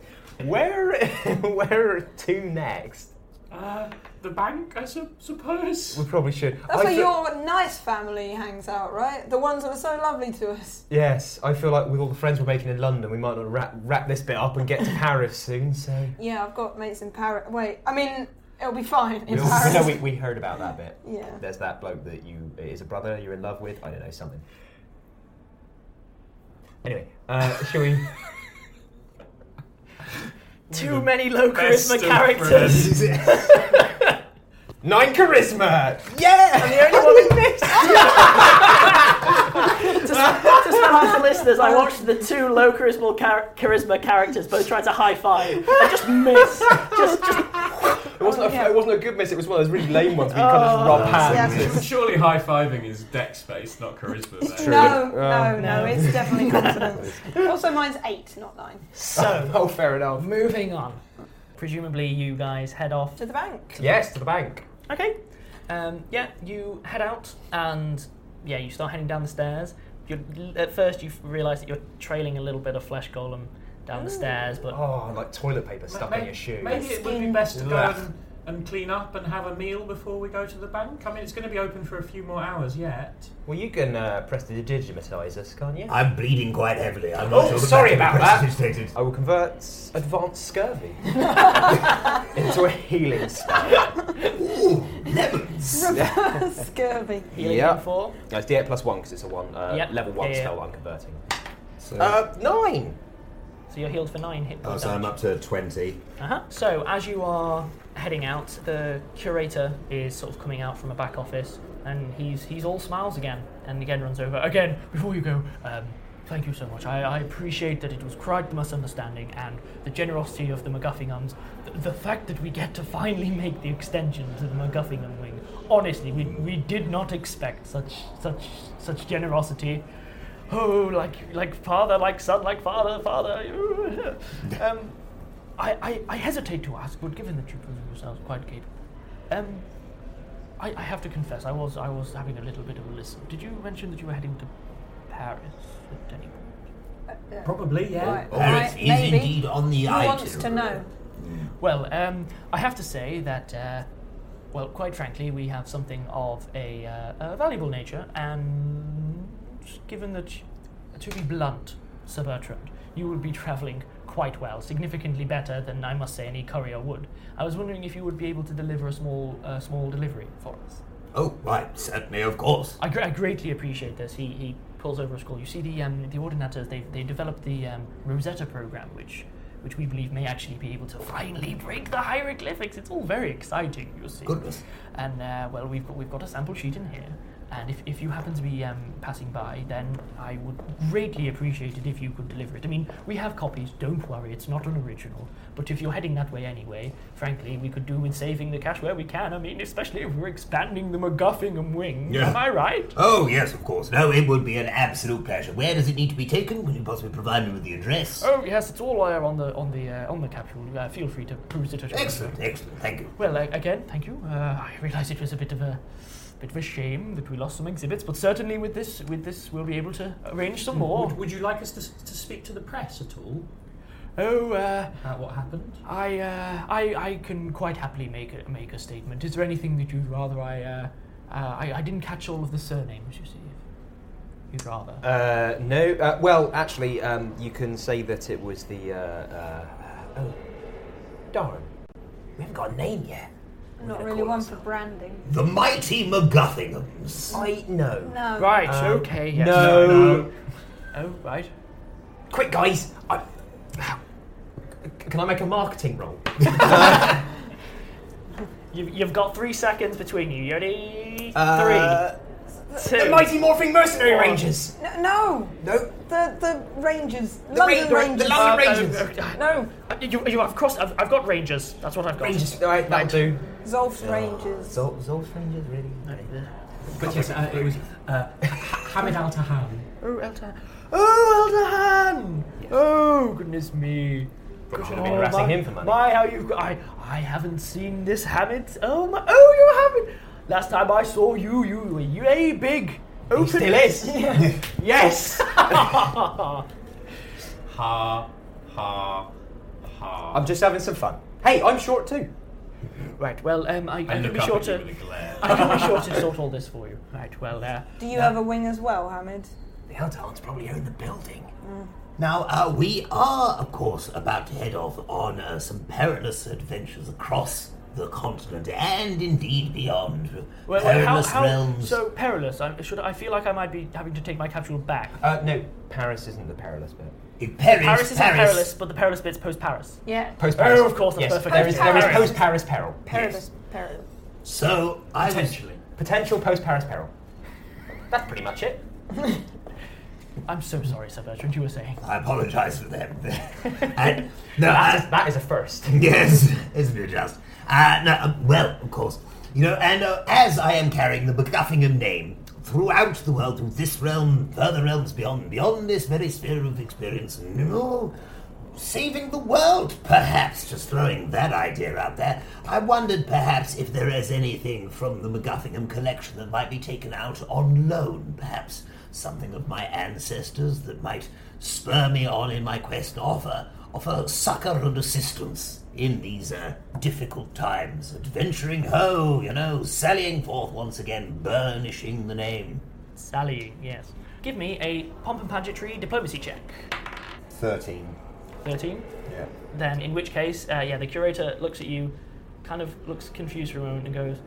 Speaker 5: where (laughs) where to next?
Speaker 4: Uh, the bank, I su- suppose. (laughs)
Speaker 5: We probably should.
Speaker 6: That's
Speaker 5: I
Speaker 6: where
Speaker 5: feel-
Speaker 6: your nice family hangs out, right? The ones that were so lovely to us.
Speaker 5: Yes, I feel like with all the friends we're making in London, we might not wrap, wrap this bit up and get to Paris soon. So
Speaker 6: Yeah, I've got mates in Paris. Wait, I mean, it'll be fine in
Speaker 5: we, all-
Speaker 6: Paris.
Speaker 5: (laughs) no, we, we heard about that bit.
Speaker 6: Yeah.
Speaker 5: There's that bloke that you is a brother you're in love with. I don't know something. Anyway, uh, shall
Speaker 6: (laughs)
Speaker 5: we?
Speaker 2: Too many low
Speaker 4: Best
Speaker 2: charisma
Speaker 4: of
Speaker 2: characters.
Speaker 4: friends.
Speaker 5: (laughs) Nine charisma. Yeah.
Speaker 2: The only one we missed. just, just for half the listeners,
Speaker 6: (laughs) Oh.
Speaker 2: I watched the two low charisma, char- charisma characters both try to high five and just miss.
Speaker 3: (laughs)
Speaker 2: Just, just
Speaker 5: It
Speaker 6: Oh,
Speaker 5: wasn't, a, it wasn't a good miss. It was one of those really lame ones. We you kind of just rub hands.
Speaker 11: Surely high fiving is dex based, not charisma. Based.
Speaker 6: No, no, Oh, no, it's (laughs) definitely confidence. also, mine's eight, not nine.
Speaker 2: so
Speaker 5: Oh, fair enough.
Speaker 2: moving on. Presumably, you guys head off.
Speaker 6: To the (laughs) bank.
Speaker 5: Yes, to the bank.
Speaker 2: Okay. Um, yeah, you head out and yeah, you start heading down the stairs. You're, at first, you realise that you're trailing a little bit of flesh golem down the stairs, but
Speaker 5: Oh, like toilet paper stuck
Speaker 4: May-
Speaker 5: in your shoe.
Speaker 4: Maybe it would be best to go
Speaker 5: Ugh.
Speaker 4: and, and clean up and have a meal before we go to the bank. I mean, it's going to be open for a few more hours yet.
Speaker 5: Well, you can uh, press the digitize us, can't you?
Speaker 7: I'm bleeding quite heavily. I'm not
Speaker 5: Oh,
Speaker 7: sure that
Speaker 5: sorry
Speaker 7: that
Speaker 5: about
Speaker 7: can be
Speaker 5: that.
Speaker 7: prestidigitated.
Speaker 5: I will convert advanced scurvy into a healing spell.
Speaker 7: Ooh, lemons.
Speaker 6: Scurvy.
Speaker 2: healing
Speaker 5: Yeah.
Speaker 2: four.
Speaker 5: That's D8 plus one because it's a one uh,
Speaker 2: Yep.
Speaker 5: level one
Speaker 2: Yeah, yeah.
Speaker 5: spell that I'm converting. Uh, nine.
Speaker 2: So you're healed for nine hit
Speaker 7: Oh,
Speaker 2: points.
Speaker 7: so I'm up to 20.
Speaker 2: Uh-huh. So as you are heading out, the curator is sort of coming out from a back office, and he's he's all smiles again, and again runs over. Again, before you go, um, thank you so much. I, I appreciate that it was quite the misunderstanding, and the generosity of the McGuffingums, the, the fact that we get to finally make the extension to the McGuffingham wing. Honestly, we, we did not expect such such such generosity. Oh, like like father, like son, like father, father. (laughs) um, I, I, I hesitate to ask, but given that you prove yourselves quite capable, um, I, I have to confess, I was I was having a little bit of a listen. Did you mention that you were heading to Paris at any point?
Speaker 8: Probably, yeah.
Speaker 6: Right.
Speaker 8: Oh,
Speaker 6: Right,
Speaker 8: it's
Speaker 6: maybe.
Speaker 8: indeed on the
Speaker 6: Who
Speaker 8: itinerary.
Speaker 6: wants to know?
Speaker 2: Well, um, I have to say that, uh, well, quite frankly, we have something of a, uh, a valuable nature, and given that, to be blunt, Sir Bertrand, you will be travelling quite well, significantly better than I must say any courier would. I was wondering if you would be able to deliver a small, uh, small delivery for us.
Speaker 3: Oh, right, certainly, of course.
Speaker 2: I, gre- I greatly appreciate this. He, he pulls over a scroll. You see the um, the ordinators. They they developed the um, Rosetta program, which which we believe may actually be able to finally break the hieroglyphics. It's all very exciting, you see.
Speaker 3: Goodness.
Speaker 2: And uh, well, we've got we've got a sample sheet in here. And if, if you happen to be um, passing by, then I would greatly appreciate it if you could deliver it. I mean, we have copies, don't worry, it's not an original. But if you're heading that way anyway, frankly, we could do with saving the cash where we can. I mean, especially if we're expanding the MacGuffingham wing.
Speaker 3: Yeah.
Speaker 2: Am I right?
Speaker 3: Oh, yes, of course. No, it would be an absolute pleasure. Where does it need to be taken? Will you possibly provide me with the address?
Speaker 2: Oh yes, it's all there on the on the uh, on the capsule. Uh, feel free to peruse it at your own
Speaker 3: Excellent,
Speaker 2: leisure.
Speaker 3: excellent. Thank you.
Speaker 2: Well, uh, again, thank you. Uh, I realise it was a bit of a bit of a shame that we lost some exhibits, but certainly with this with this we'll be able to arrange some more.
Speaker 8: Would, would you like us to, to speak to the press at all?
Speaker 2: Oh, uh,
Speaker 8: About what happened?
Speaker 2: I uh, I I can quite happily make a make a statement. Is there anything that you'd rather I uh, uh, I, I didn't catch all of the surnames, you see. You'd rather.
Speaker 5: Uh, no. Uh, well, actually, um, you can say that it was the. Uh, uh, oh, darn.
Speaker 3: We haven't got a name yet.
Speaker 6: I'm not really one for branding.
Speaker 3: The mighty MacGuffinghams.
Speaker 5: I know.
Speaker 6: No.
Speaker 2: Right.
Speaker 5: uh,
Speaker 3: Um,
Speaker 2: okay. Yes.
Speaker 3: no. No,
Speaker 2: Oh right.
Speaker 5: Quick, guys! I... Can I make a marketing roll?
Speaker 2: You've, you've got three seconds between you. You ready?
Speaker 5: Uh,
Speaker 2: Three.
Speaker 5: The Mighty Morphing Mercenary
Speaker 2: One.
Speaker 5: Rangers!
Speaker 6: No, no.
Speaker 5: No.
Speaker 6: The the Rangers.
Speaker 5: The
Speaker 6: London
Speaker 5: Ra- the-
Speaker 6: Rangers.
Speaker 5: the London
Speaker 2: Uh,
Speaker 5: Rangers.
Speaker 6: No.
Speaker 2: You, you, I've crossed. I've, I've got Rangers. That's what I've got.
Speaker 5: Rangers. Right, that'll do.
Speaker 6: Zolf's Rangers.
Speaker 7: Oh,
Speaker 5: Zol- Zolf's Rangers, really?
Speaker 8: But yes, uh, it was uh, Hamid Al
Speaker 4: (laughs)
Speaker 8: Tahan.
Speaker 2: Oh, Elder. Oh, Elder Han. Oh, goodness me.
Speaker 5: Probably should have been harassing
Speaker 2: my,
Speaker 5: him for money.
Speaker 2: My, how you? I, I haven't seen this Hamid. Oh my! Oh, you haven't. Last time I saw you, you were yay big. Open.
Speaker 5: still is.
Speaker 2: (laughs) Yeah.
Speaker 5: yes.
Speaker 4: Ha, ha, ha.
Speaker 5: I'm just having some fun. Hey, I'm short too.
Speaker 2: Right. Well, um, I, I
Speaker 4: I
Speaker 2: can
Speaker 4: look
Speaker 2: be
Speaker 4: up
Speaker 2: sure
Speaker 4: at you
Speaker 2: to.
Speaker 4: with a glare.
Speaker 2: I can be sure to sort all this for you. Right. Well. Uh,
Speaker 6: Do you have a wing as well, Hamid?
Speaker 3: The Eldarns probably own the building. Now, uh, we are, of course, about to head off on uh, some perilous adventures across the continent and indeed beyond.
Speaker 2: Well, well, how,
Speaker 3: perilous
Speaker 2: how
Speaker 3: realms.
Speaker 2: so perilous? I, should I feel like I might be having to take my capsule back?
Speaker 5: Uh, no, Paris isn't the perilous bit.
Speaker 3: Paris,
Speaker 2: isn't perilous, but the perilous bit's post Paris.
Speaker 6: Yeah.
Speaker 5: Post Paris.
Speaker 2: Oh, of course, that's
Speaker 5: yes.
Speaker 2: perfect.
Speaker 5: There is, there is
Speaker 2: Paris.
Speaker 5: post Paris peril.
Speaker 6: Perilous. Perilous.
Speaker 3: So, I was-
Speaker 5: Potentially. Potential post Paris peril. That's pretty much it.
Speaker 2: I'm so sorry, Sir Bertrand. You were saying.
Speaker 3: I apologise
Speaker 2: (laughs)
Speaker 3: for them. And- no,
Speaker 5: that,
Speaker 3: I-
Speaker 5: is, that is a first.
Speaker 3: Yes, (laughs) isn't it just? Uh, no, uh, well, of course. You know, and uh, as I am carrying the MacGuffingham name throughout the world, through this realm, further realms beyond, beyond this very sphere of experience, no, saving the world, perhaps, just throwing that idea out there, I wondered perhaps if there is anything from the MacGuffingham collection that might be taken out on loan, perhaps something of my ancestors that might spur me on in my quest and offer offer succor and assistance in these uh, difficult times. Adventuring ho, you know, sallying forth once again, burnishing the name.
Speaker 2: Sallying, yes. Give me a pomp and pageantry diplomacy check.
Speaker 3: Thirteen.
Speaker 2: 13.
Speaker 3: Yeah.
Speaker 2: Then, in which case, uh, yeah, the curator looks at you, kind of looks confused for a moment, and goes,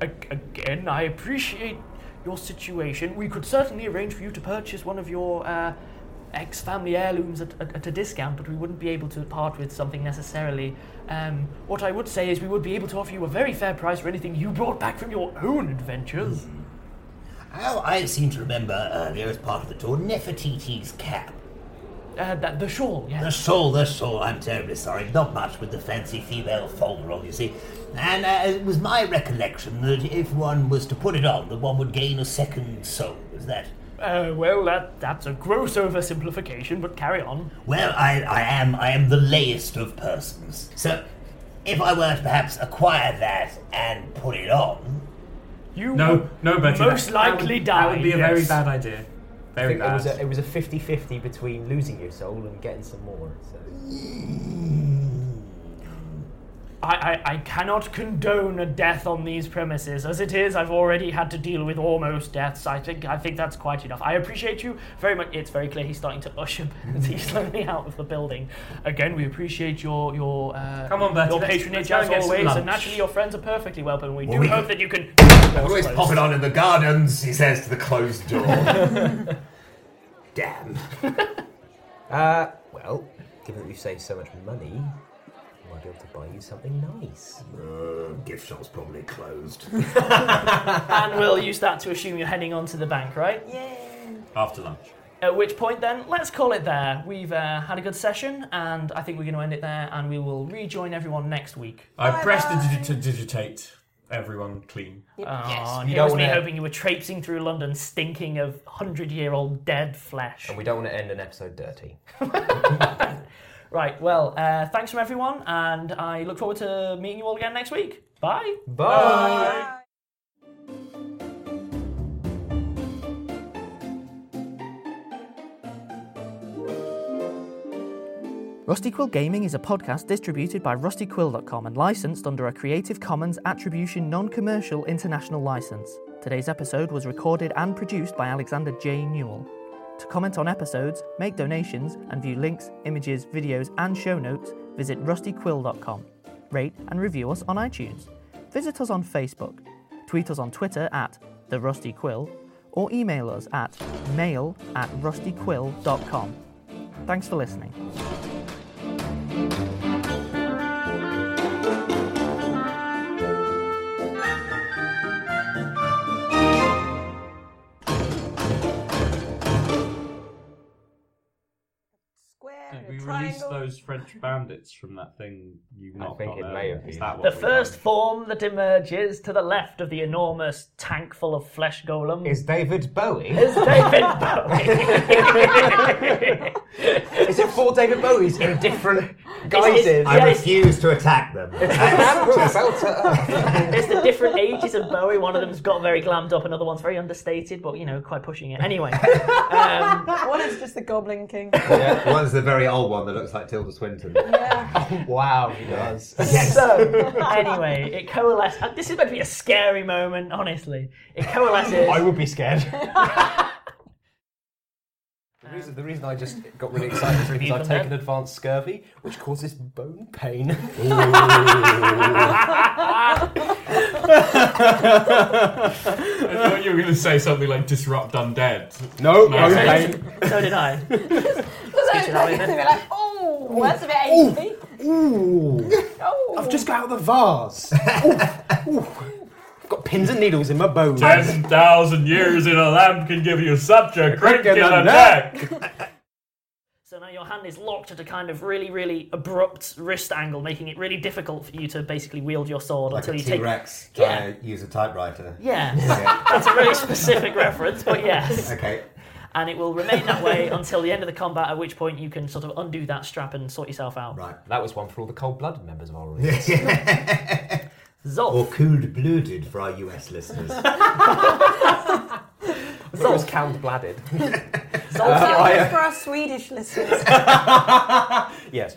Speaker 2: "Ag- "Again, I appreciate your situation. We could certainly arrange for you to purchase one of your uh, ex family heirlooms at, at, at a discount, but we wouldn't be able to part with something necessarily. Um, what I would say is we would be able to offer you a very fair price for anything you brought back from your own adventures.
Speaker 3: Mm-hmm. How I seem to remember earlier as part of the tour, Nefertiti's cap.
Speaker 2: Uh, that, the shawl, yes.
Speaker 3: The shawl, the shawl. I'm terribly sorry. Not much with the fancy female folder on, you see. And uh, it was my recollection that if one was to put it on, that one would gain a second soul. Is that?
Speaker 2: Uh, well, that, that's a gross oversimplification, but carry on.
Speaker 3: Well, I, I am I am the layest of persons. So, if I were to perhaps acquire that and put it on,
Speaker 2: You
Speaker 12: No, no, Betty. that-
Speaker 2: Most likely
Speaker 12: that would, That would be a
Speaker 2: die,
Speaker 12: very
Speaker 2: yes.
Speaker 12: bad idea.
Speaker 5: I
Speaker 12: Very
Speaker 5: think it
Speaker 12: bad.
Speaker 5: was a, it was a 50-50 between losing your soul and getting some more.
Speaker 2: I, I, I cannot condone a death on these premises. As it is, I've already had to deal with almost deaths. I think I think that's quite enough. I appreciate you very much. It's very clear he's starting to usher (laughs)
Speaker 7: Mm.
Speaker 2: Bertie slowly out of the building. Again, we appreciate your your uh,
Speaker 13: Come on, Bertie,
Speaker 2: your
Speaker 13: let's- let's
Speaker 2: patronage
Speaker 13: go and get
Speaker 2: as
Speaker 13: some
Speaker 2: always,
Speaker 13: lunch.
Speaker 2: and naturally your friends are perfectly welcome. and We
Speaker 7: Well,
Speaker 2: do
Speaker 7: we
Speaker 2: hope
Speaker 7: could-
Speaker 2: that you can.
Speaker 7: I always pop it on in the gardens, he says to the closed door. Damn.
Speaker 5: (laughs) Uh, well, given that we've saved so much money, I might be able to buy you something nice.
Speaker 3: gift shop's (laughs) probably closed.
Speaker 2: and we'll use that to assume you're heading on to the bank, right?
Speaker 4: After lunch.
Speaker 2: At which point, then, let's call it there. We've uh, had a good session, and I think we're going to end it there, and we will rejoin everyone next week.
Speaker 4: I pressed to, digi- to digitate everyone clean.
Speaker 2: Oh, and here was me hoping you were traipsing through London stinking of 100 year old dead flesh.
Speaker 5: And we don't want to end an episode dirty.
Speaker 2: Right, well, uh, thanks from everyone, and I look forward to meeting you all again next week. Bye.
Speaker 5: Bye.
Speaker 2: Rusty Quill Gaming is a podcast distributed by rustyquill.com and licensed under a Creative Commons Attribution Non Commercial International License. Today's episode was recorded and produced by Alexander J. Newell. To comment on episodes, make donations, and view links, images, videos, and show notes, visit rustyquill.com. Rate and review us on iTunes. Visit us on Facebook. Tweet us on Twitter at The Rusty Quill or email us at mail at rustyquill.com. Thanks for listening.
Speaker 4: Did we release those French bandits from that thing you knocked
Speaker 5: think
Speaker 4: on
Speaker 5: it may
Speaker 4: earlier?
Speaker 5: have
Speaker 4: Is
Speaker 5: been.
Speaker 4: that
Speaker 2: The
Speaker 4: what we
Speaker 2: first form that emerges to the left of the enormous tank full of flesh golem
Speaker 5: Is David Bowie?
Speaker 2: Is David Bowie?
Speaker 5: Is it four David Bowies in different guises?
Speaker 7: I refuse to attack them.
Speaker 2: There's the different ages of Bowie. One of them's got very glammed up, another one's very understated, but you know, quite pushing it. Anyway, um,
Speaker 6: One is just the Goblin (laughs) King.
Speaker 7: yeah, one's the very old one that looks like Tilda Swinton.
Speaker 5: (laughs) wow, he does.
Speaker 2: (laughs) so anyway, it coalesces. This is meant to be a scary moment, honestly. It coalesces.
Speaker 5: I would be
Speaker 2: (laughs)
Speaker 5: scared. The reason, the reason I just got really excited is because I've
Speaker 2: them
Speaker 5: taken advanced scurvy, which causes bone pain.
Speaker 4: I thought you were going to say something like disrupt undead.
Speaker 5: No,
Speaker 4: No,
Speaker 5: bone
Speaker 4: okay.
Speaker 5: pain.
Speaker 2: so did I.
Speaker 6: Because
Speaker 4: (laughs)
Speaker 2: that way
Speaker 6: I was
Speaker 2: then.
Speaker 6: be like, oh, that's a bit achy.
Speaker 5: Ooh,
Speaker 6: Oh.
Speaker 5: I've just got out of the
Speaker 7: (laughs)
Speaker 5: vase. Ooh, ooh. I've got pins and needles in my bones.
Speaker 4: Ten thousand years in a lamp can give you such a crick in the neck.
Speaker 2: So now your hand is locked at a kind of really, really abrupt wrist angle, making it really difficult for you to basically wield your sword
Speaker 7: like
Speaker 2: until
Speaker 7: a
Speaker 2: you
Speaker 7: T
Speaker 2: take.
Speaker 7: Rex
Speaker 2: Yeah.
Speaker 7: trying to use a typewriter.
Speaker 2: Yeah, (laughs)
Speaker 7: Okay.
Speaker 2: that's a very specific reference, but yes.
Speaker 7: okay.
Speaker 2: And it will remain that way until the end of the combat, at which point you can sort of undo that strap and sort yourself out.
Speaker 7: Right.
Speaker 5: That was one for all the cold-blooded members of our audience.
Speaker 2: Zolf.
Speaker 7: Or cooled blooded for our US listeners.
Speaker 5: I thought it was count-blooded.
Speaker 6: (laughs) Also,
Speaker 5: I, uh,
Speaker 6: for our Swedish listeners.
Speaker 5: (laughs) yes,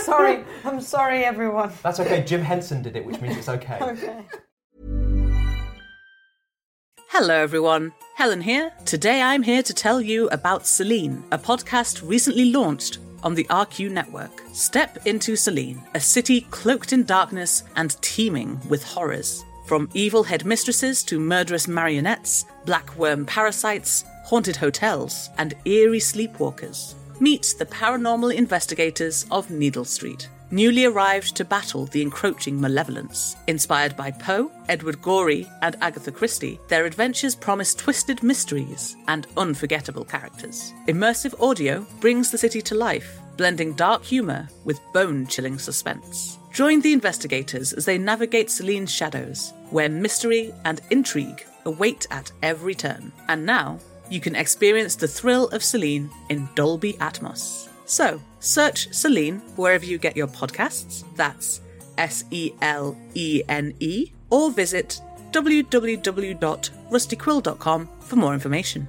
Speaker 6: sorry, I'm sorry, everyone.
Speaker 5: that's okay. Jim Henson did it, which means
Speaker 2: (laughs)
Speaker 5: it's okay.
Speaker 2: Oh,
Speaker 6: Okay.
Speaker 1: Hello, everyone. Helen here. Today I'm here to tell you about Celine, a podcast recently launched on the RQ network. Step into Celine, a city cloaked in darkness and teeming with horrors. From evil headmistresses to murderous marionettes, black worm parasites, haunted hotels, and eerie sleepwalkers. Meet the paranormal investigators of Needle Street, newly arrived to battle the encroaching malevolence. Inspired by Poe, Edward Gorey, and Agatha Christie, their adventures promise twisted mysteries and unforgettable characters. Immersive audio brings the city to life, blending dark humour with bone chilling suspense. Join the investigators as they navigate Celine's shadows, where mystery and intrigue await at every turn. And now, you can experience the thrill of Celine in Dolby Atmos. So, search Celine wherever you get your podcasts. That's S E L E N E, or visit www.rustyquill.com for more information.